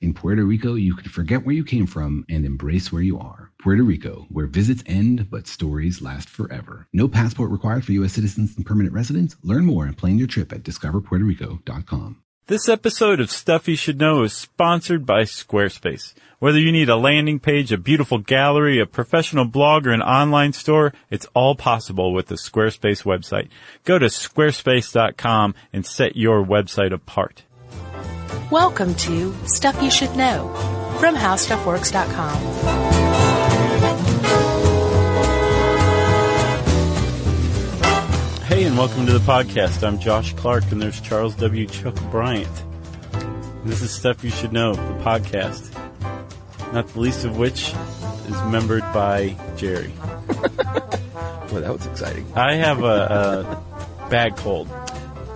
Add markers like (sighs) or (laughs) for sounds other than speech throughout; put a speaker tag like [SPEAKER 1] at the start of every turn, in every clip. [SPEAKER 1] In Puerto Rico, you can forget where you came from and embrace where you are. Puerto Rico, where visits end but stories last forever. No passport required for U.S. citizens and permanent residents. Learn more and plan your trip at discoverpuertorico.com.
[SPEAKER 2] This episode of Stuff You Should Know is sponsored by Squarespace. Whether you need a landing page, a beautiful gallery, a professional blog, or an online store, it's all possible with the Squarespace website. Go to squarespace.com and set your website apart.
[SPEAKER 3] Welcome to Stuff You Should Know from HowStuffWorks.com.
[SPEAKER 2] Hey, and welcome to the podcast. I'm Josh Clark, and there's Charles W. Chuck Bryant. This is Stuff You Should Know, the podcast. Not the least of which is membered by Jerry.
[SPEAKER 4] Boy, that was exciting.
[SPEAKER 2] I have a, a bad cold.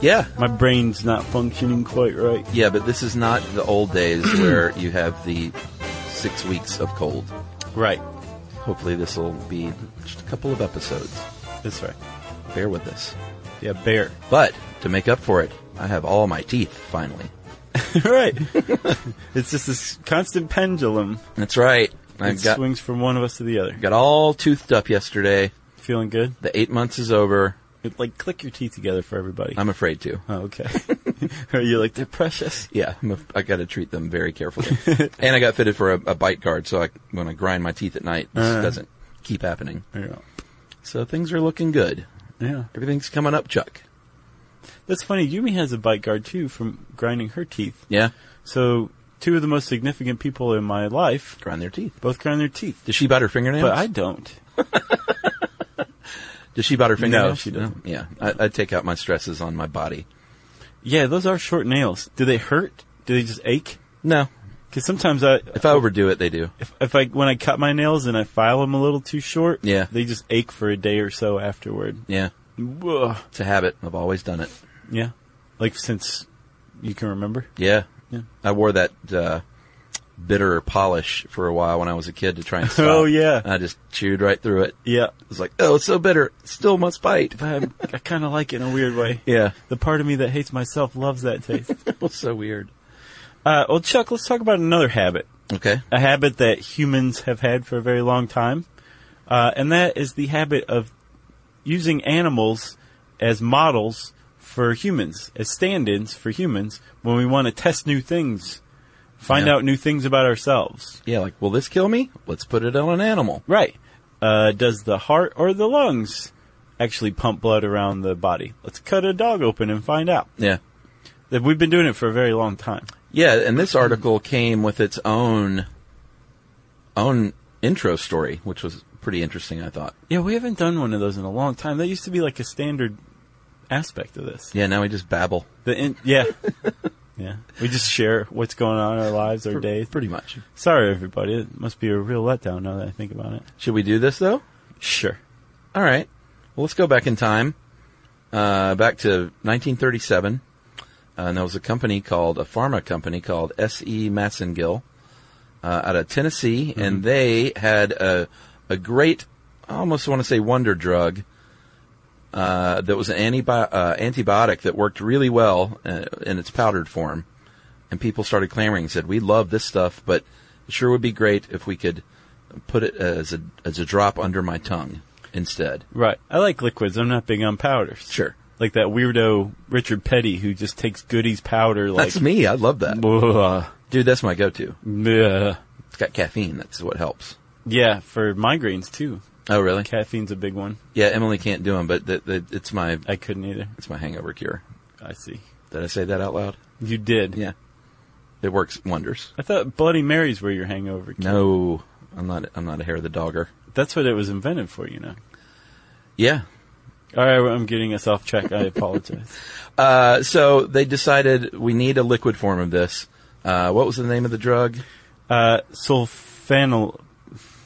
[SPEAKER 4] Yeah.
[SPEAKER 2] My brain's not functioning quite right.
[SPEAKER 4] Yeah, but this is not the old days where you have the six weeks of cold.
[SPEAKER 2] Right.
[SPEAKER 4] Hopefully, this will be just a couple of episodes.
[SPEAKER 2] That's right.
[SPEAKER 4] Bear with us.
[SPEAKER 2] Yeah, bear.
[SPEAKER 4] But to make up for it, I have all my teeth finally.
[SPEAKER 2] (laughs) right. (laughs) it's just this constant pendulum.
[SPEAKER 4] That's right.
[SPEAKER 2] It
[SPEAKER 4] I've got,
[SPEAKER 2] swings from one of us to the other.
[SPEAKER 4] got all toothed up yesterday.
[SPEAKER 2] Feeling good?
[SPEAKER 4] The eight months is over.
[SPEAKER 2] It, like, click your teeth together for everybody.
[SPEAKER 4] I'm afraid to.
[SPEAKER 2] oh, okay. (laughs) Are you like, they're precious?
[SPEAKER 4] Yeah, I'm a, I got to treat them very carefully. and I got fitted for a, a bite guard, so I, when I grind my teeth at night, this
[SPEAKER 2] Uh.
[SPEAKER 4] doesn't keep happening.
[SPEAKER 2] Yeah.
[SPEAKER 4] So things are looking good.
[SPEAKER 2] yeah.
[SPEAKER 4] Everything's coming up, Chuck.
[SPEAKER 2] That's funny. Yumi has a bite guard, too, from grinding her teeth.
[SPEAKER 4] Yeah,
[SPEAKER 2] So, two of the most significant people in my life
[SPEAKER 4] grind their teeth.
[SPEAKER 2] both grind their teeth.
[SPEAKER 4] Does she bite her fingernails?
[SPEAKER 2] But I don't.
[SPEAKER 4] Does she bite her fingernails?
[SPEAKER 2] she doesn't.
[SPEAKER 4] Yeah, I, I take out my stresses on my body.
[SPEAKER 2] Yeah, those are short nails. Do they hurt? Do they just ache?
[SPEAKER 4] No,
[SPEAKER 2] Because sometimes I,
[SPEAKER 4] if I overdo it, they do.
[SPEAKER 2] if, if I when I cut my nails and I file them a little too short,
[SPEAKER 4] Yeah.
[SPEAKER 2] they just ache for a day or so afterward.
[SPEAKER 4] Yeah,
[SPEAKER 2] Ugh.
[SPEAKER 4] it's a habit. I've always done it.
[SPEAKER 2] Yeah, like since you can remember.
[SPEAKER 4] Yeah,
[SPEAKER 2] Yeah.
[SPEAKER 4] I wore that uh, bitter polish for a while when I was a kid to (laughs) try and stop.
[SPEAKER 2] Oh, yeah.
[SPEAKER 4] I just chewed right through it.
[SPEAKER 2] Yeah,
[SPEAKER 4] It was like, oh, it's so bitter. It Still must bite.
[SPEAKER 2] but I'm, I kind of like it in a weird way.
[SPEAKER 4] (laughs) Yeah,
[SPEAKER 2] The part of me that hates myself loves that taste.
[SPEAKER 4] it was so weird.
[SPEAKER 2] uh, well, Chuck, let's talk about another habit.
[SPEAKER 4] Okay.
[SPEAKER 2] A habit that humans have had for a very long time, uh, and that is the habit of using animals as models for humans, as stand-ins for humans when we want to test new things, find
[SPEAKER 4] Yeah.
[SPEAKER 2] out new things about ourselves.
[SPEAKER 4] Yeah, like, will this kill me? Let's put it on an animal.
[SPEAKER 2] Right. Uh, does the heart or the lungs actually pump blood around the body? Let's cut a dog open and find out.
[SPEAKER 4] Yeah.
[SPEAKER 2] That We've been doing it for a very long time.
[SPEAKER 4] Yeah, and this article came with its own own intro story, which was pretty interesting, I thought.
[SPEAKER 2] Yeah, we haven't done one of those in a long time. That used to be like a standard aspect of this.
[SPEAKER 4] Yeah, now we just babble.
[SPEAKER 2] The in- yeah. yeah. We just share what's going on in our lives, our days.
[SPEAKER 4] Pretty much.
[SPEAKER 2] Sorry, everybody. It must be a real letdown now that I think about it.
[SPEAKER 4] Should we do this though?
[SPEAKER 2] Sure.
[SPEAKER 4] All right. Well, let's go back in time, uh, back to 1937, uh, and there was a company called a pharma company called S.E. Massengill uh, out of Tennessee, and they had a a great, I almost want to say wonder drug. Uh, that was an antibi- uh, antibiotic that worked really well uh, in its powdered form, and people started clamoring and said, "We love this stuff, but it sure would be great if we could put it as a as a drop under my tongue instead."
[SPEAKER 2] Right. I like liquids. I'm not big on powders.
[SPEAKER 4] Sure.
[SPEAKER 2] Like that weirdo Richard Petty who just takes goodies powder like.
[SPEAKER 4] That's me. I love that.
[SPEAKER 2] Blah.
[SPEAKER 4] Dude, that's my go to.
[SPEAKER 2] Bleh.
[SPEAKER 4] It's got caffeine. That's what helps.
[SPEAKER 2] Yeah, for migraines too.
[SPEAKER 4] Oh, really?
[SPEAKER 2] Caffeine's a big one.
[SPEAKER 4] Yeah, Emily can't do them, but th th it's my
[SPEAKER 2] I couldn't either.
[SPEAKER 4] it's my hangover cure.
[SPEAKER 2] I see.
[SPEAKER 4] Did I say that out loud?
[SPEAKER 2] You did.
[SPEAKER 4] Yeah, it works wonders.
[SPEAKER 2] I thought Bloody Marys were your hangover. cure.
[SPEAKER 4] No, I'm not. I'm not a hair of the dogger.
[SPEAKER 2] That's what it was invented for, you know.
[SPEAKER 4] Yeah.
[SPEAKER 2] All right, well, I'm getting us off track. I apologize.
[SPEAKER 4] Uh, so they decided we need a liquid form of this. Uh, what was the name of the drug?
[SPEAKER 2] Uh, sulfanyl.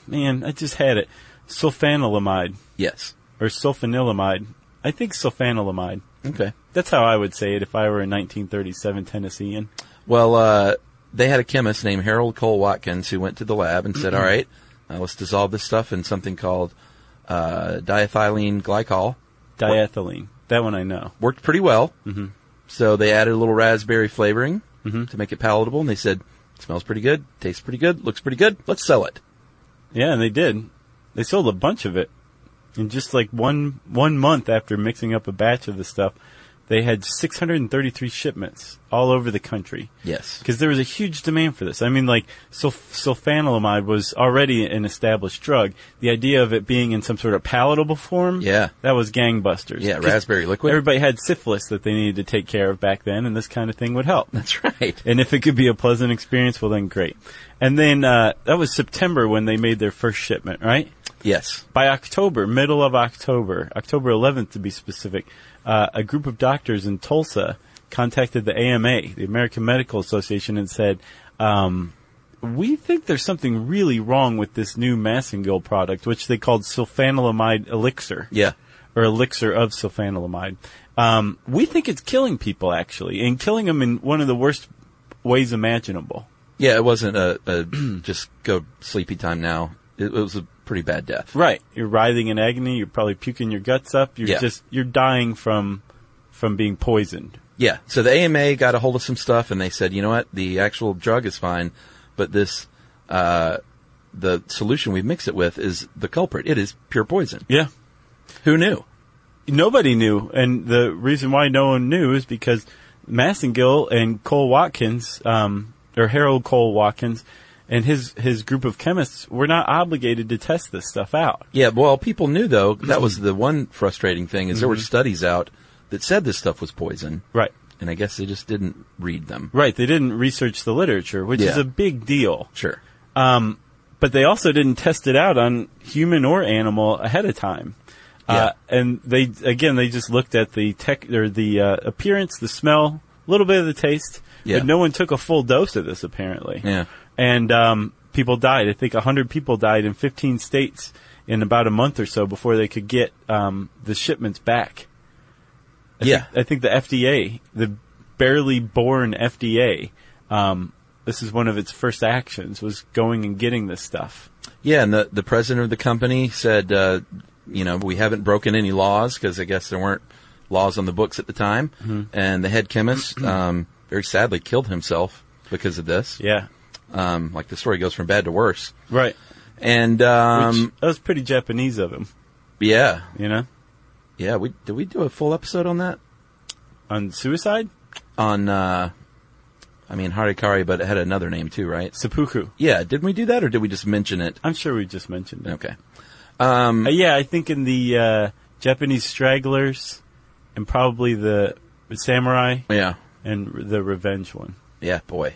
[SPEAKER 2] Man, I just had it. Sulfanilamide
[SPEAKER 4] Yes.
[SPEAKER 2] or sulfanilamide. I think sulfanilamide.
[SPEAKER 4] Okay.
[SPEAKER 2] That's how I would say it if I were a 1937 Tennessean.
[SPEAKER 4] Well, uh, they had a chemist named Harold Cole Watkins who went to the lab and said, "All right, uh, let's dissolve this stuff in something called uh, diethylene glycol."
[SPEAKER 2] Diethylene. That one I know.
[SPEAKER 4] Worked pretty well. Mm-hmm. So they added a little raspberry flavoring to make it palatable, and they said, "Smells pretty good, tastes pretty good, looks pretty good. Let's sell it."
[SPEAKER 2] Yeah, and they did. They sold a bunch of it. In just like one one month after mixing up a batch of the stuff, they had 633 shipments all over the country.
[SPEAKER 4] Yes.
[SPEAKER 2] Because there was a huge demand for this. I mean, like, sulf- sulfanilamide was already an established drug. The idea of it being in some sort of palatable form,
[SPEAKER 4] Yeah.
[SPEAKER 2] that was gangbusters.
[SPEAKER 4] Yeah,
[SPEAKER 2] 'Cause
[SPEAKER 4] raspberry liquid.
[SPEAKER 2] Everybody had syphilis that they needed to take care of back then, and this kind of thing would help.
[SPEAKER 4] (laughs) That's right.
[SPEAKER 2] And if it could be a pleasant experience, well, then great. And then uh, that was September when they made their first shipment, right?
[SPEAKER 4] Yes.
[SPEAKER 2] By October, middle of October, October 11th to be specific, uh, a group of doctors in Tulsa contacted the AMA, the American Medical Association, and said, um, "We think there's something really wrong with this new Massengill product, which they called sulfanilamide elixir."
[SPEAKER 4] Yeah.
[SPEAKER 2] or elixir of sulfanilamide. Um, we think it's killing people actually, and killing them in one of the worst ways imaginable.
[SPEAKER 4] Yeah, it wasn't a, (clears throat) a just go sleepy time now. It, it was a pretty bad death.
[SPEAKER 2] Right. You're writhing in agony. You're probably puking your guts up. You're
[SPEAKER 4] Yeah.
[SPEAKER 2] just you're dying from from being poisoned.
[SPEAKER 4] Yeah. So the AMA got a hold of some stuff and they said, you know what, the actual drug is fine, but this, uh, the solution we mix it with is the culprit. It is pure poison.
[SPEAKER 2] Yeah.
[SPEAKER 4] Who knew?
[SPEAKER 2] Nobody knew, and the reason why no one knew is because Massengill and Cole Watkins, um, or Harold Cole Watkins, and his his group of chemists were not obligated to test this stuff out.
[SPEAKER 4] Yeah. Well, people knew though. That was the one frustrating thing is there were studies out that said this stuff was poison.
[SPEAKER 2] Right.
[SPEAKER 4] And I guess they just didn't read them.
[SPEAKER 2] Right, they didn't research the literature, which is
[SPEAKER 4] Yeah.
[SPEAKER 2] a big deal.
[SPEAKER 4] Sure.
[SPEAKER 2] But they also didn't test it out on human or animal ahead of time. Uh, and they again, they just looked at the tech or the uh, appearance, the smell, a little bit of the taste,
[SPEAKER 4] Yeah.
[SPEAKER 2] but no one took a full dose of this apparently.
[SPEAKER 4] Yeah.
[SPEAKER 2] And um, people died. I think 100 people died in 15 states in about a month or so before they could get um, the shipments back.
[SPEAKER 4] yeah.
[SPEAKER 2] I think the FDA, the barely born FDA, um, this is one of its first actions was going and getting this stuff.
[SPEAKER 4] Yeah, and the, the president of the company said, uh, you know, we haven't broken any laws because I guess there weren't laws on the books at the time. And the head chemist, um, very sadly killed himself because of this.
[SPEAKER 2] Yeah,
[SPEAKER 4] Um, like the story goes from bad to worse.
[SPEAKER 2] right.
[SPEAKER 4] And,
[SPEAKER 2] Which,
[SPEAKER 4] um,
[SPEAKER 2] that was pretty Japanese of him,
[SPEAKER 4] yeah,
[SPEAKER 2] you know,
[SPEAKER 4] yeah, we, did we do a full episode on that?
[SPEAKER 2] on suicide,
[SPEAKER 4] On, uh, I mean, Harikari, but it had another name too, right?
[SPEAKER 2] seppuku.
[SPEAKER 4] Yeah, didn't we do that or did we just mention it?
[SPEAKER 2] I'm sure we just mentioned it.
[SPEAKER 4] Okay.
[SPEAKER 2] Uh, yeah, I think in the uh, Japanese stragglers, and probably the samurai
[SPEAKER 4] Yeah.
[SPEAKER 2] and the revenge one.
[SPEAKER 4] Yeah, boy.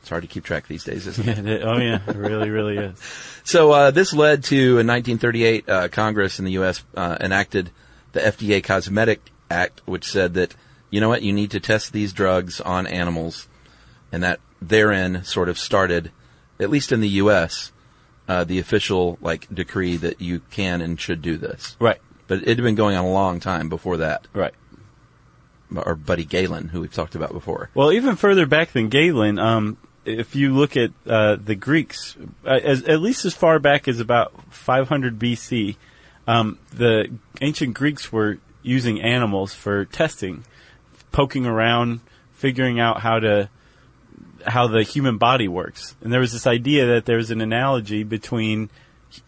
[SPEAKER 4] It's hard to keep track these days, isn't it?
[SPEAKER 2] (laughs) Yeah, that- oh yeah, it really, really is.
[SPEAKER 4] So uh, this led to in 1938 uh, Congress in the U.S. Uh, enacted the FDA Cosmetic Act, which said that you know what you need to test these drugs on animals, and that therein sort of started, at least in the U.S., uh, the official like decree that you can and should do this.
[SPEAKER 2] (laughs) Right,
[SPEAKER 4] But it had been going on a long time before that.
[SPEAKER 2] right.
[SPEAKER 4] Our buddy Galen, who we've talked about before.
[SPEAKER 2] Well, even further back than Galen, um, if you look at uh, the Greeks, uh, as, at least as far back as about 500 BC, um, the ancient Greeks were using animals for testing, poking around, figuring out how to how the human body works. And there was this idea that there was an analogy between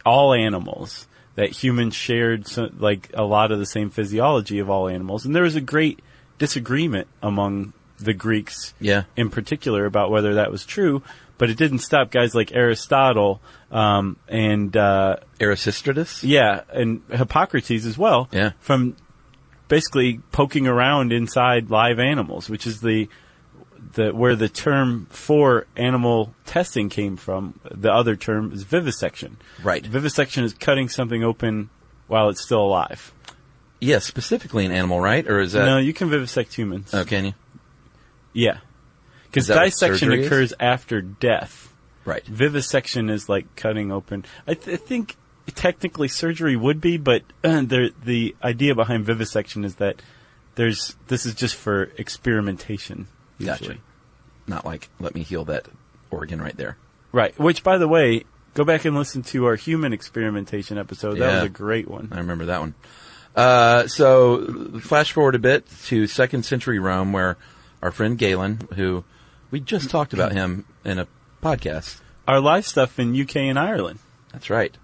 [SPEAKER 2] all animals that humans shared so, like a lot of the same physiology of all animals and there was a great disagreement among the Greeks
[SPEAKER 4] Yeah.
[SPEAKER 2] in particular about whether that was true, but it didn't stop guys like Aristotle um, and uh,
[SPEAKER 4] Aristostratus?
[SPEAKER 2] yeah, and Hippocrates as well
[SPEAKER 4] Yeah.
[SPEAKER 2] from basically poking around inside live animals, which is the the where the term for animal testing came from. The other term is vivisection.
[SPEAKER 4] Right.
[SPEAKER 2] Vivisection is cutting something open while it's still alive.
[SPEAKER 4] Yeah, specifically an animal, right? Or is that
[SPEAKER 2] no, you can vivisect humans.
[SPEAKER 4] Oh, can you?
[SPEAKER 2] Yeah. Because
[SPEAKER 4] Is that what
[SPEAKER 2] dissection
[SPEAKER 4] surgery is?
[SPEAKER 2] occurs after death.
[SPEAKER 4] Right.
[SPEAKER 2] Vivisection is like cutting open. I, th- I think technically surgery would be, but (clears throat) uh, the the idea behind vivisection is that there's this is just for experimentation.
[SPEAKER 4] Gotcha.
[SPEAKER 2] usually.
[SPEAKER 4] Not like let me heal that organ right there.
[SPEAKER 2] Right. Which, by the way, go back and listen to our human experimentation episode. That was
[SPEAKER 4] Yeah.
[SPEAKER 2] a great one.
[SPEAKER 4] I remember that one. Uh, so flash forward a bit to second century Rome, where our friend Galen, who we just talked about him in a podcast.
[SPEAKER 2] Our live stuff in UK and Ireland.
[SPEAKER 4] That's right.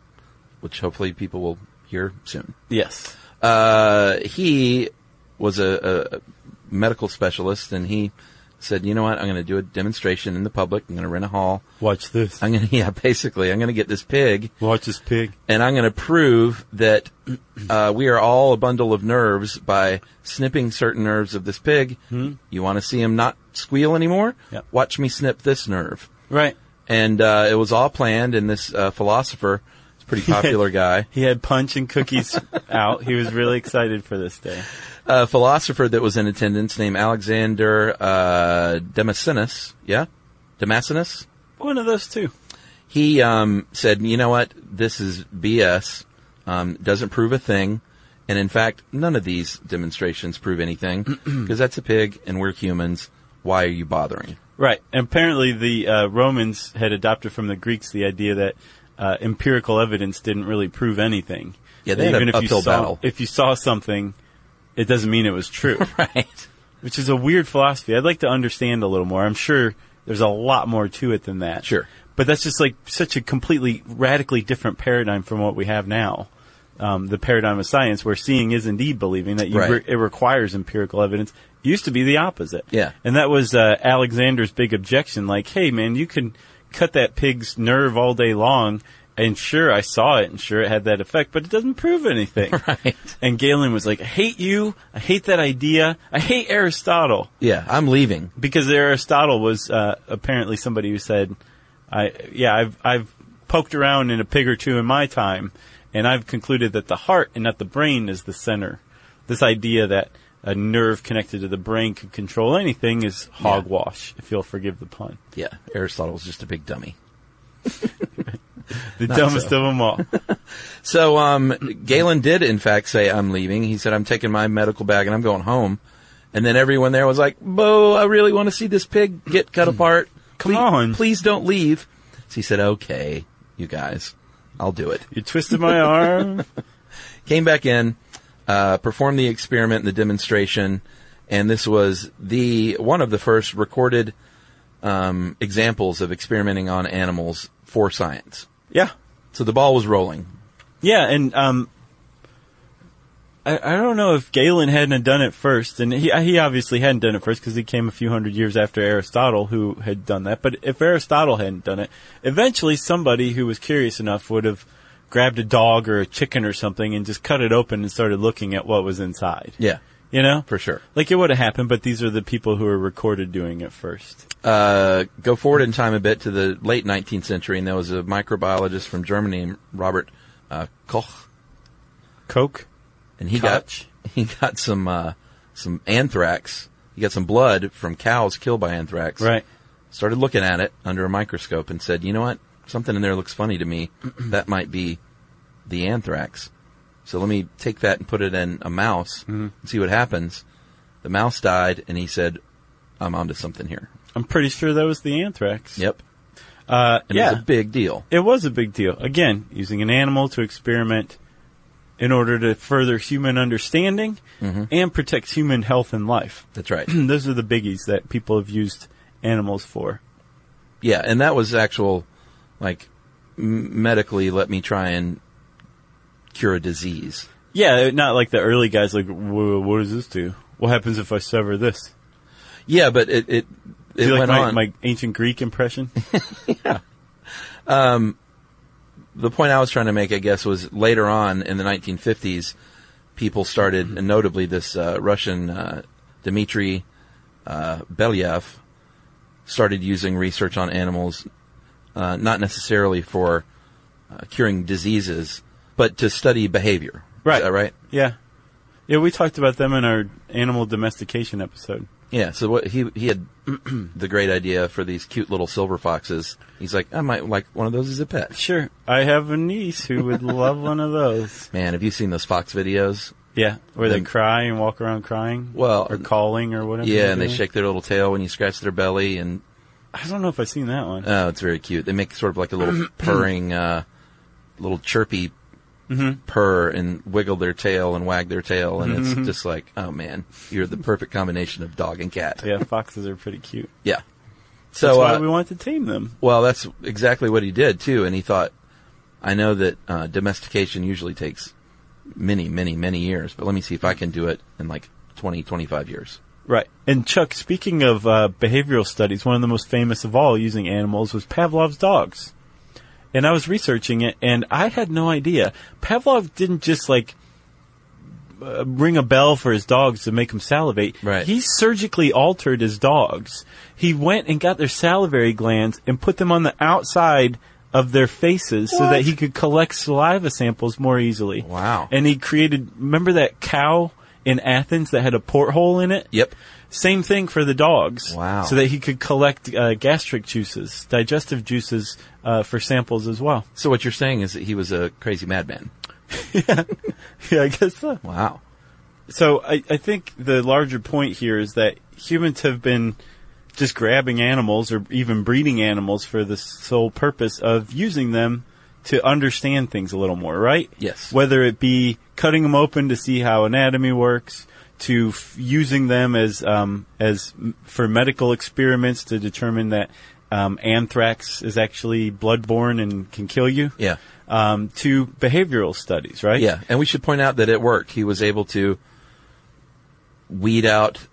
[SPEAKER 4] Which hopefully people will hear soon.
[SPEAKER 2] Yes.
[SPEAKER 4] Uh, he was a, a medical specialist, and he said, "You know what? I'm going to do a demonstration in the public. I'm going to rent a hall.
[SPEAKER 2] Watch this.
[SPEAKER 4] I'm going to (laughs) yeah, basically, I'm going to get this pig."
[SPEAKER 2] Watch this pig.
[SPEAKER 4] and I'm going to prove that uh, we are all a bundle of nerves by snipping certain nerves of this pig. You want to see him not squeal anymore?
[SPEAKER 2] Yep.
[SPEAKER 4] Watch me snip this nerve.
[SPEAKER 2] Right. (laughs)
[SPEAKER 4] And uh, it was all planned, and this uh, philosopher, this pretty popular guy,
[SPEAKER 2] He had punch and cookies (laughs) out. He was really excited for this day.
[SPEAKER 4] a philosopher that was in attendance named Alexander uh, Demosthenes, yeah? Demosthenes?
[SPEAKER 2] One of those two.
[SPEAKER 4] he um, said, "You know what? This is BS. Um, doesn't prove a thing, and in fact, none of these demonstrations prove anything because that's a pig, and we're humans. Why are you bothering?"
[SPEAKER 2] Right. And apparently, the uh, Romans had adopted from the Greeks the idea that uh, empirical evidence didn't really prove anything.
[SPEAKER 4] Yeah, they had an
[SPEAKER 2] even if you
[SPEAKER 4] uphill
[SPEAKER 2] saw,
[SPEAKER 4] battle.
[SPEAKER 2] If you saw something, it doesn't mean it was true,
[SPEAKER 4] (laughs) Right.
[SPEAKER 2] which is a weird philosophy. I'd like to understand a little more. I'm sure there's a lot more to it than that.
[SPEAKER 4] Sure.
[SPEAKER 2] But that's just like such a completely radically different paradigm from what we have now. Um, the paradigm of science, where seeing is indeed believing, that you
[SPEAKER 4] Right.
[SPEAKER 2] re- it requires empirical evidence, used to be the opposite.
[SPEAKER 4] Yeah.
[SPEAKER 2] And that was uh, Alexander's big objection. Like, hey, man, you can cut that pig's nerve all day long, and sure, I saw it, and sure, it had that effect, but it doesn't prove anything.
[SPEAKER 4] Right.
[SPEAKER 2] And Galen was like, I hate you. I hate that idea. I hate Aristotle
[SPEAKER 4] Yeah, I'm leaving.
[SPEAKER 2] because Aristotle was uh, apparently somebody who said, "I yeah, I've I've poked around in a pig or two in my time, and I've concluded that the heart and not the brain is the center. This idea that a nerve connected to the brain could control anything is hogwash. If you'll forgive the pun,
[SPEAKER 4] Yeah, Aristotle was just a big dummy.
[SPEAKER 2] the dumbest of them all.
[SPEAKER 4] So um, Galen did, in fact, say, "I'm leaving." He said, "I'm taking my medical bag and I'm going home." And then everyone there was like, "Bo, I really want to see this pig get cut apart.
[SPEAKER 2] Come
[SPEAKER 4] Please-
[SPEAKER 2] on."
[SPEAKER 4] please don't leave." So he said, "Okay, you guys, I'll do it."
[SPEAKER 2] you twisted my arm.
[SPEAKER 4] Came back in, uh, performed the experiment and the demonstration, and this was the one of the first recorded um, examples of experimenting on animals for science.
[SPEAKER 2] Yeah,
[SPEAKER 4] So the ball was rolling.
[SPEAKER 2] Yeah, and um, I, I don't know if Galen hadn't done it first, and he he obviously hadn't done it first because he came a few hundred years after Aristotle, who had done that. But if Aristotle hadn't done it, eventually somebody who was curious enough would have grabbed a dog or a chicken or something and just cut it open and started looking at what was inside.
[SPEAKER 4] Yeah,
[SPEAKER 2] You know,
[SPEAKER 4] for sure.
[SPEAKER 2] like it would have happened, but these are the people who are recorded doing it first.
[SPEAKER 4] uh, go forward in time a bit to the late 19th century, and there was a microbiologist from Germany, Robert uh, Koch,
[SPEAKER 2] Coke,
[SPEAKER 4] and he
[SPEAKER 2] Koch.
[SPEAKER 4] got (laughs) he got some uh, some anthrax. He got some blood from cows killed by anthrax.
[SPEAKER 2] right?
[SPEAKER 4] Started looking at it under a microscope and said, "You know what? Something in there looks funny to
[SPEAKER 2] (clears throat)
[SPEAKER 4] me. that might be the anthrax." So let me take that and put it in a mouse
[SPEAKER 2] Mm-hmm.
[SPEAKER 4] and see what happens. The mouse died, and he said, "I'm onto something here."
[SPEAKER 2] I'm pretty sure that was the anthrax.
[SPEAKER 4] Yep,
[SPEAKER 2] Uh,
[SPEAKER 4] and
[SPEAKER 2] yeah.
[SPEAKER 4] it was a big deal.
[SPEAKER 2] it was a big deal. Again, using an animal to experiment in order to further human understanding
[SPEAKER 4] Mm-hmm.
[SPEAKER 2] and protect human health and life.
[SPEAKER 4] That's
[SPEAKER 2] (clears throat)
[SPEAKER 4] right.
[SPEAKER 2] Those are the biggies that people have used animals for.
[SPEAKER 4] Yeah, and that was actual, like, m- medically, let me try and cure a disease.
[SPEAKER 2] Yeah, not like the early guys like, "Wha- what does this do? What happens if I sever this?
[SPEAKER 4] Yeah, but it it, it
[SPEAKER 2] Do you like
[SPEAKER 4] went
[SPEAKER 2] my,
[SPEAKER 4] on.
[SPEAKER 2] my ancient
[SPEAKER 4] (laughs)
[SPEAKER 2] Greek impression?
[SPEAKER 4] the point I was trying to make, I guess, was later on in the 1950s, people started, and notably this uh, Russian uh, Dmitry uh, Belyev, started using research on animals, uh, not necessarily for uh, curing diseases, but to study behavior.
[SPEAKER 2] Right.
[SPEAKER 4] Is that right?
[SPEAKER 2] yeah. Yeah, we talked about them in our animal domestication episode.
[SPEAKER 4] Yeah. So what he he had (clears throat) the great idea for these cute little silver foxes. He's like, I might like one of those as a pet.
[SPEAKER 2] Sure. I have a niece who would love one of those.
[SPEAKER 4] Man, have you seen those fox videos?
[SPEAKER 2] Yeah. Where they
[SPEAKER 4] And-
[SPEAKER 2] cry and walk around crying.
[SPEAKER 4] Well,
[SPEAKER 2] or calling or whatever.
[SPEAKER 4] Yeah,
[SPEAKER 2] they're
[SPEAKER 4] and they
[SPEAKER 2] doing.
[SPEAKER 4] shake their little tail when you scratch their belly, and
[SPEAKER 2] I don't know if I've seen that one.
[SPEAKER 4] oh, it's very cute. They make sort of like a
[SPEAKER 2] (clears throat)
[SPEAKER 4] little purring, uh, little chirpy
[SPEAKER 2] Mm-hmm.
[SPEAKER 4] purr, and wiggle their tail and wag their tail, and
[SPEAKER 2] Mm-hmm.
[SPEAKER 4] it's just like, oh man, you're the perfect combination of dog and cat.
[SPEAKER 2] yeah, foxes are pretty cute.
[SPEAKER 4] Yeah.
[SPEAKER 2] That's
[SPEAKER 4] So
[SPEAKER 2] why
[SPEAKER 4] uh,
[SPEAKER 2] we want to tame them.
[SPEAKER 4] Well, that's exactly what he did too, and he thought, I know that uh, domestication usually takes many, many, many years, but let me see if I can do it in like 20, 25 years.
[SPEAKER 2] Right. And Chuck, speaking of uh, behavioral studies, one of the most famous of all using animals was Pavlov's dogs. And I was researching it, and I had no idea. Pavlov didn't just like uh, ring a bell for his dogs to make them salivate.
[SPEAKER 4] Right.
[SPEAKER 2] He surgically altered his dogs. He went and got their salivary glands and put them on the outside of their faces so that he could collect saliva samples more easily.
[SPEAKER 4] Wow.
[SPEAKER 2] And he created, remember that cow in Athens that had a porthole in it?
[SPEAKER 4] Yep.
[SPEAKER 2] Same thing for the dogs.
[SPEAKER 4] Wow.
[SPEAKER 2] So that he could collect uh, gastric juices, digestive juices uh, for samples as well. (laughs)
[SPEAKER 4] So what you're saying is that he was a crazy madman.
[SPEAKER 2] yeah, I guess so.
[SPEAKER 4] Wow.
[SPEAKER 2] So I, I think the larger point here is that humans have been just grabbing animals or even breeding animals for the sole purpose of using them to understand things a little more, right?
[SPEAKER 4] Yes.
[SPEAKER 2] Whether it be cutting them open to see how anatomy works, to f- using them as um, as m- for medical experiments to determine that um, anthrax is actually bloodborne and can kill you.
[SPEAKER 4] Yeah.
[SPEAKER 2] Um, to behavioral studies, right?
[SPEAKER 4] Yeah, and we should point out that it worked. He was able to weed out,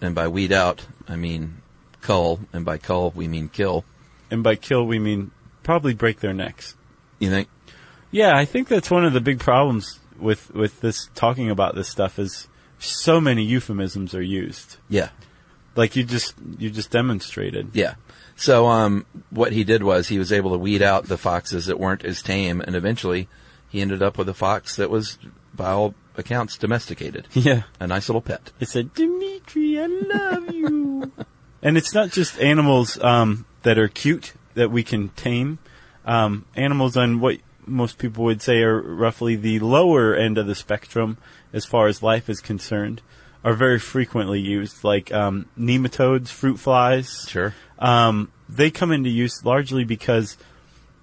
[SPEAKER 4] and by weed out, I mean cull, and by cull, we mean kill.
[SPEAKER 2] and by kill we mean probably break their necks.
[SPEAKER 4] You think?
[SPEAKER 2] Yeah, I think that's one of the big problems with with this talking about this stuff is so many euphemisms are used.
[SPEAKER 4] Yeah.
[SPEAKER 2] Like you just you just demonstrated.
[SPEAKER 4] (laughs) Yeah. So um, what he did was he was able to weed out the foxes that weren't as tame, and eventually he ended up with a fox that was, by all accounts, domesticated.
[SPEAKER 2] Yeah.
[SPEAKER 4] a nice little pet.
[SPEAKER 2] It's a Dimitri, I love you. (laughs) and it's not just animals um, that are cute that we can tame. Um, animals on what most people would say are roughly the lower end of the spectrum as far as life is concerned are very frequently used, like um, nematodes, fruit flies.
[SPEAKER 4] Sure.
[SPEAKER 2] Um, they come into use largely because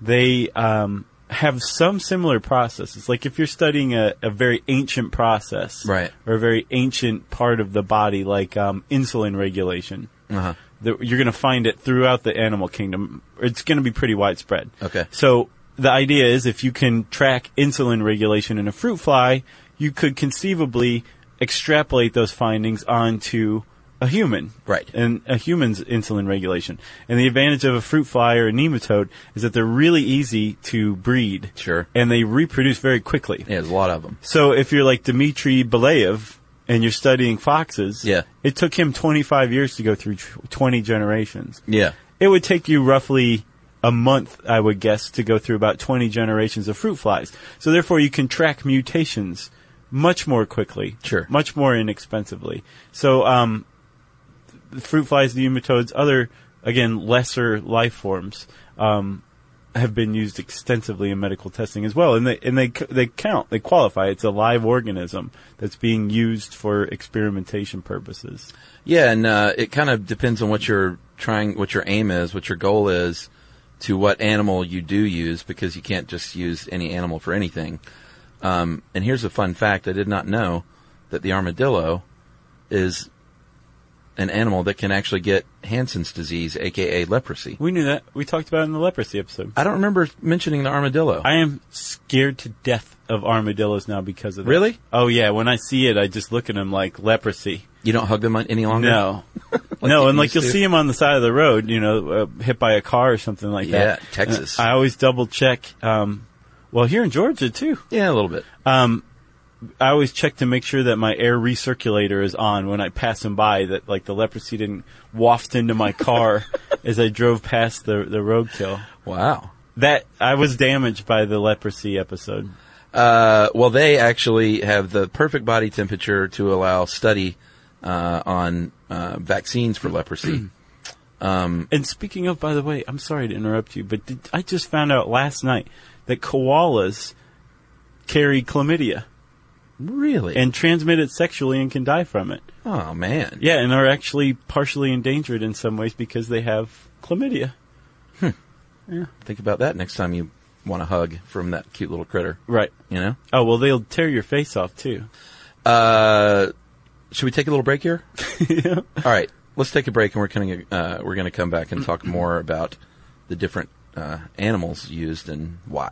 [SPEAKER 2] they um, have some similar processes. Like if you're studying a, a very ancient process,
[SPEAKER 4] Right.
[SPEAKER 2] or a very ancient part of the body, like um, insulin regulation,
[SPEAKER 4] Uh-huh.
[SPEAKER 2] that you're going to find it throughout the animal kingdom. It's going to be pretty widespread.
[SPEAKER 4] Okay.
[SPEAKER 2] So the idea is if you can track insulin regulation in a fruit fly, you could conceivably extrapolate those findings onto a human.
[SPEAKER 4] Right.
[SPEAKER 2] And a human's insulin regulation. And the advantage of a fruit fly or a nematode is that they're really easy to breed.
[SPEAKER 4] Sure.
[SPEAKER 2] And they reproduce very quickly.
[SPEAKER 4] Yeah, there's a lot of them.
[SPEAKER 2] So if you're like Dmitry Belayev and you're studying foxes,
[SPEAKER 4] Yeah.
[SPEAKER 2] it took him 25 years to go through tw- 20 generations.
[SPEAKER 4] Yeah.
[SPEAKER 2] It would take you roughly a month, I would guess, to go through about 20 generations of fruit flies. So therefore, you can track mutations much more quickly,
[SPEAKER 4] Sure.
[SPEAKER 2] much more inexpensively. So um, the fruit flies, the nematodes, other again lesser life forms. Um, have been used extensively in medical testing as well, and they and they c- they count, they qualify. It's a live organism that's being used for experimentation purposes.
[SPEAKER 4] Yeah, and uh, it kind of depends on what you're trying, what your aim is, what your goal is, to what animal you do use, because you can't just use any animal for anything. Um, and here's a fun fact: I did not know that the armadillo is an animal that can actually get Hansen's disease, aka leprosy.
[SPEAKER 2] We knew that. We talked about it in the leprosy episode.
[SPEAKER 4] I don't remember mentioning the armadillo.
[SPEAKER 2] I am scared to death of armadillos now because of that.
[SPEAKER 4] Really?
[SPEAKER 2] Oh yeah. When I see it, I just look at them like leprosy.
[SPEAKER 4] you don't hug them on- any longer.
[SPEAKER 2] No,
[SPEAKER 4] (laughs) like
[SPEAKER 5] no,
[SPEAKER 4] it
[SPEAKER 5] and like
[SPEAKER 4] used
[SPEAKER 5] you'll
[SPEAKER 4] to.
[SPEAKER 5] see him on the side of the road, you know, uh, hit by a car or something like
[SPEAKER 4] Yeah,
[SPEAKER 5] that.
[SPEAKER 4] Texas.
[SPEAKER 5] And I always double check. Um, well, here in Georgia too.
[SPEAKER 4] Yeah, a little bit.
[SPEAKER 5] Um, I always check to make sure that my air recirculator is on when I pass him by. That like the leprosy didn't waft into
[SPEAKER 4] (laughs)
[SPEAKER 5] my car as I drove past the the roadkill.
[SPEAKER 4] Wow.
[SPEAKER 5] That I was damaged by the leprosy episode.
[SPEAKER 4] Uh, well, they actually have the perfect body temperature to allow study uh, on uh, vaccines for leprosy.
[SPEAKER 5] And speaking of, by the way, I'm sorry to interrupt you, but did, I just found out last night that koalas carry chlamydia
[SPEAKER 4] really?
[SPEAKER 5] and transmit it sexually and can die from it.
[SPEAKER 4] oh man.
[SPEAKER 5] Yeah, and are actually partially endangered in some ways because they have chlamydia.
[SPEAKER 4] Think about that next time you want a hug from that cute little critter.
[SPEAKER 5] Right.
[SPEAKER 4] You know.
[SPEAKER 5] Oh well, they'll tear your face off too.
[SPEAKER 4] Uh, should we take a little break here? All right, let's take a break, and we're gonna uh, we're gonna come back and talk more about the different uh, animals used and why.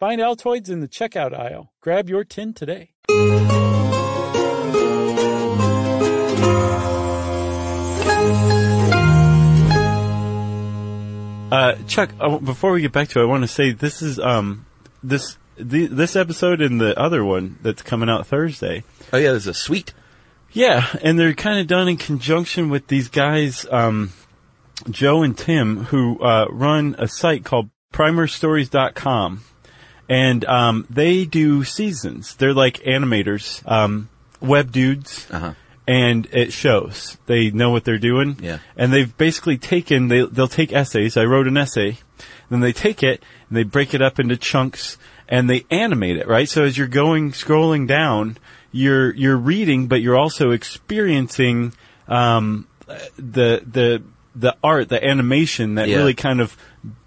[SPEAKER 2] Find Altoids in the checkout aisle. Grab your tin today.
[SPEAKER 5] Uh, Chuck, uh, before we get back to it, I want to say this is um, this the, this episode and the other one that's coming out Thursday.
[SPEAKER 4] Oh yeah, there's a sweet.
[SPEAKER 5] Yeah, and they're kind of done in conjunction with these guys, um, Joe and Tim, who uh, run a site called PrimerStories.com, and um, they do seasons. They're like animators, um, web dudes,
[SPEAKER 4] Uh-huh.
[SPEAKER 5] and it shows. They know what they're doing.
[SPEAKER 4] Yeah.
[SPEAKER 5] and they've basically taken they they'll take essays. I wrote an essay, then they take it and they break it up into chunks and they animate it, right? So as you're going scrolling down, you're you're reading, but you're also experiencing um, the the the art, the animation that
[SPEAKER 4] Yeah.
[SPEAKER 5] really kind of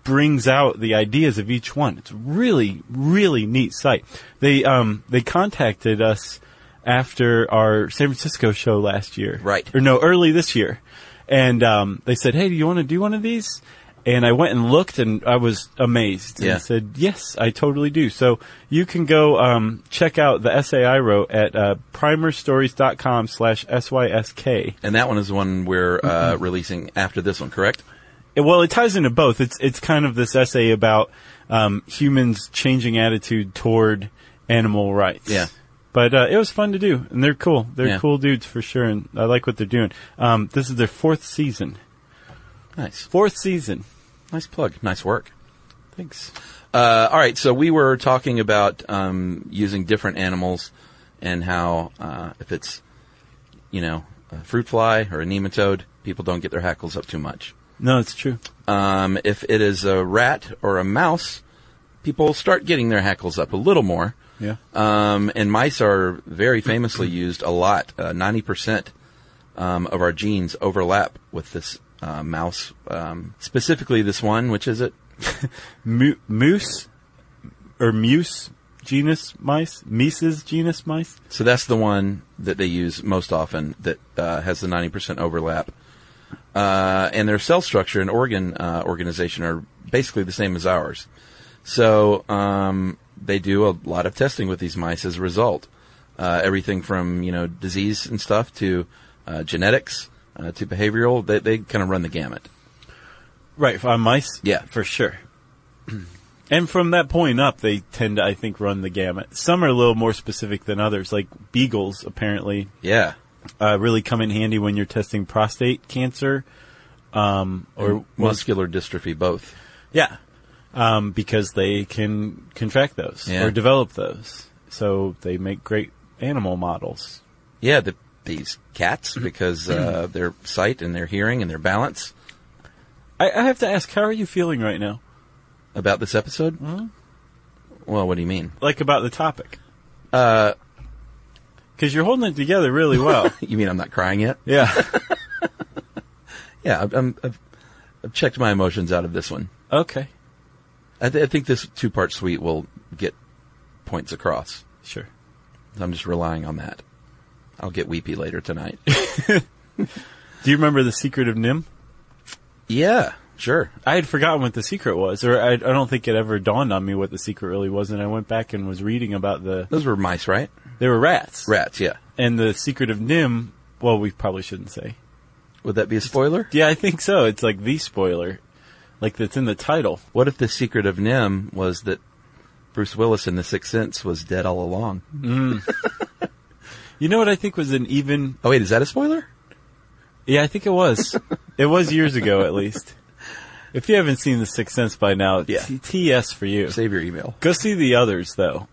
[SPEAKER 5] brings out the ideas of each one. It's really really neat site. They um they contacted us after our San Francisco show last year,
[SPEAKER 4] Right.
[SPEAKER 5] Or no, early this year, and um, they said, "Hey, do you want to do one of these?" And I went and looked, and I was amazed. And
[SPEAKER 4] Yeah.
[SPEAKER 5] said, "Yes, I totally do." So you can go um, check out the essay I wrote at uh, primerstories.com/slash/sysk.
[SPEAKER 4] And that one is the one we're uh, releasing after this one, correct?
[SPEAKER 5] It- well, it ties into both. It's it's kind of this essay about um, humans changing attitude toward animal rights.
[SPEAKER 4] Yeah.
[SPEAKER 5] But uh, it was fun to do, and they're cool. They're
[SPEAKER 4] Yeah.
[SPEAKER 5] cool dudes for sure, and I like what they're doing. Um, this is their fourth season.
[SPEAKER 4] Nice,
[SPEAKER 5] Fourth season.
[SPEAKER 4] nice plug, nice work.
[SPEAKER 5] Thanks.
[SPEAKER 4] Uh, all right, so we were talking about um, using different animals and how uh, if it's you know a fruit fly or a nematode, people don't get their hackles up too much.
[SPEAKER 5] No, it's true.
[SPEAKER 4] Um, if it is a rat or a mouse, people start getting their hackles up a little more.
[SPEAKER 5] Yeah.
[SPEAKER 4] Um, and mice are very famously used a lot. Uh, Ninety percent um, of our genes overlap with this uh, mouse, um, specifically this one, which is it?
[SPEAKER 5] Mo- moose, or Muse genus mice, Mises genus mice.
[SPEAKER 4] So that's the one that they use most often that uh, has the 90% overlap. Uh, and their cell structure and organ uh, organization are basically the same as ours. So um, they do a lot of testing with these mice as a result. Uh, everything from you know disease and stuff to uh, genetics uh, to behavioral. They, they kind of run the gamut.
[SPEAKER 5] Right, on mice?
[SPEAKER 4] Yeah.
[SPEAKER 5] For sure. (clears throat) and from that point up, they tend to, I think, run the gamut. Some are a little more specific than others, like beagles, apparently,
[SPEAKER 4] Yeah.
[SPEAKER 5] uh, really come in handy when you're testing prostate cancer. Um, or
[SPEAKER 4] muscular dystrophy, both.
[SPEAKER 5] Yeah, um, because they can contract those
[SPEAKER 4] Yeah.
[SPEAKER 5] or develop those, so they make great animal models.
[SPEAKER 4] Yeah, the, these cats because uh, their sight and their hearing and their balance.
[SPEAKER 5] I, I have to ask, how are you feeling right now?
[SPEAKER 4] About this episode? Well, what do you
[SPEAKER 5] (laughs)
[SPEAKER 4] mean?
[SPEAKER 5] Like about the topic? Because you're holding it together
[SPEAKER 4] (laughs)
[SPEAKER 5] really well.
[SPEAKER 4] You mean I'm not crying yet?
[SPEAKER 5] yeah.
[SPEAKER 4] Yeah, I've, I'm, I've, I've checked my emotions out of this one.
[SPEAKER 5] (laughs) Okay.
[SPEAKER 4] I, th- I think this two-part suite will get points across.
[SPEAKER 5] Sure.
[SPEAKER 4] I'm just relying on that. I'll get weepy later
[SPEAKER 5] (laughs)
[SPEAKER 4] tonight.
[SPEAKER 5] Do you remember the secret of Nim?
[SPEAKER 4] yeah, sure.
[SPEAKER 5] I had forgotten what the secret was, or I, I don't think it ever dawned on me what the secret really was. And I went back and was reading about the
[SPEAKER 4] Those were mice, right?
[SPEAKER 5] they were rats,
[SPEAKER 4] Rats, yeah.
[SPEAKER 5] and the secret of Nim. Well, we probably shouldn't say.
[SPEAKER 4] Would that be a spoiler?
[SPEAKER 5] Yeah, I think so. It's like the spoiler, like that's in the title.
[SPEAKER 4] What if the secret of Nim was that Bruce Willis in The Sixth Sense was dead all along?
[SPEAKER 5] You know what I think was an even?
[SPEAKER 4] Oh wait, is that a spoiler?
[SPEAKER 5] Yeah, I think
[SPEAKER 4] (laughs)
[SPEAKER 5] it was. it was years ago, at least. If you haven't seen The Sixth Sense by now,
[SPEAKER 4] Yeah.
[SPEAKER 5] t- TS for you.
[SPEAKER 4] Save your email.
[SPEAKER 5] Go see the others, though.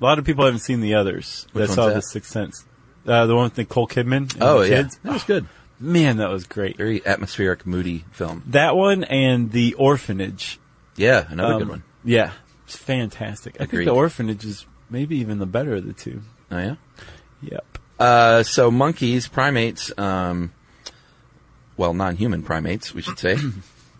[SPEAKER 5] A lot of people haven't seen the others.
[SPEAKER 4] Which
[SPEAKER 5] that
[SPEAKER 4] one's
[SPEAKER 5] saw
[SPEAKER 4] that?
[SPEAKER 5] The Sixth Sense. Uh, the one with Nicole Kidman. And
[SPEAKER 4] Oh
[SPEAKER 5] the
[SPEAKER 4] yeah,
[SPEAKER 5] kids.
[SPEAKER 4] that was good.
[SPEAKER 5] Man, that was great.
[SPEAKER 4] Very atmospheric, moody film.
[SPEAKER 5] That one and The Orphanage.
[SPEAKER 4] Yeah, another
[SPEAKER 5] Um,
[SPEAKER 4] good one.
[SPEAKER 5] Yeah, it's fantastic. I think
[SPEAKER 4] Agreed.
[SPEAKER 5] The Orphanage is maybe even the better of the two.
[SPEAKER 4] Oh yeah.
[SPEAKER 5] Yep.
[SPEAKER 4] Uh, so monkeys, primates, um, well, non-human primates, we should say.
[SPEAKER 5] (clears throat)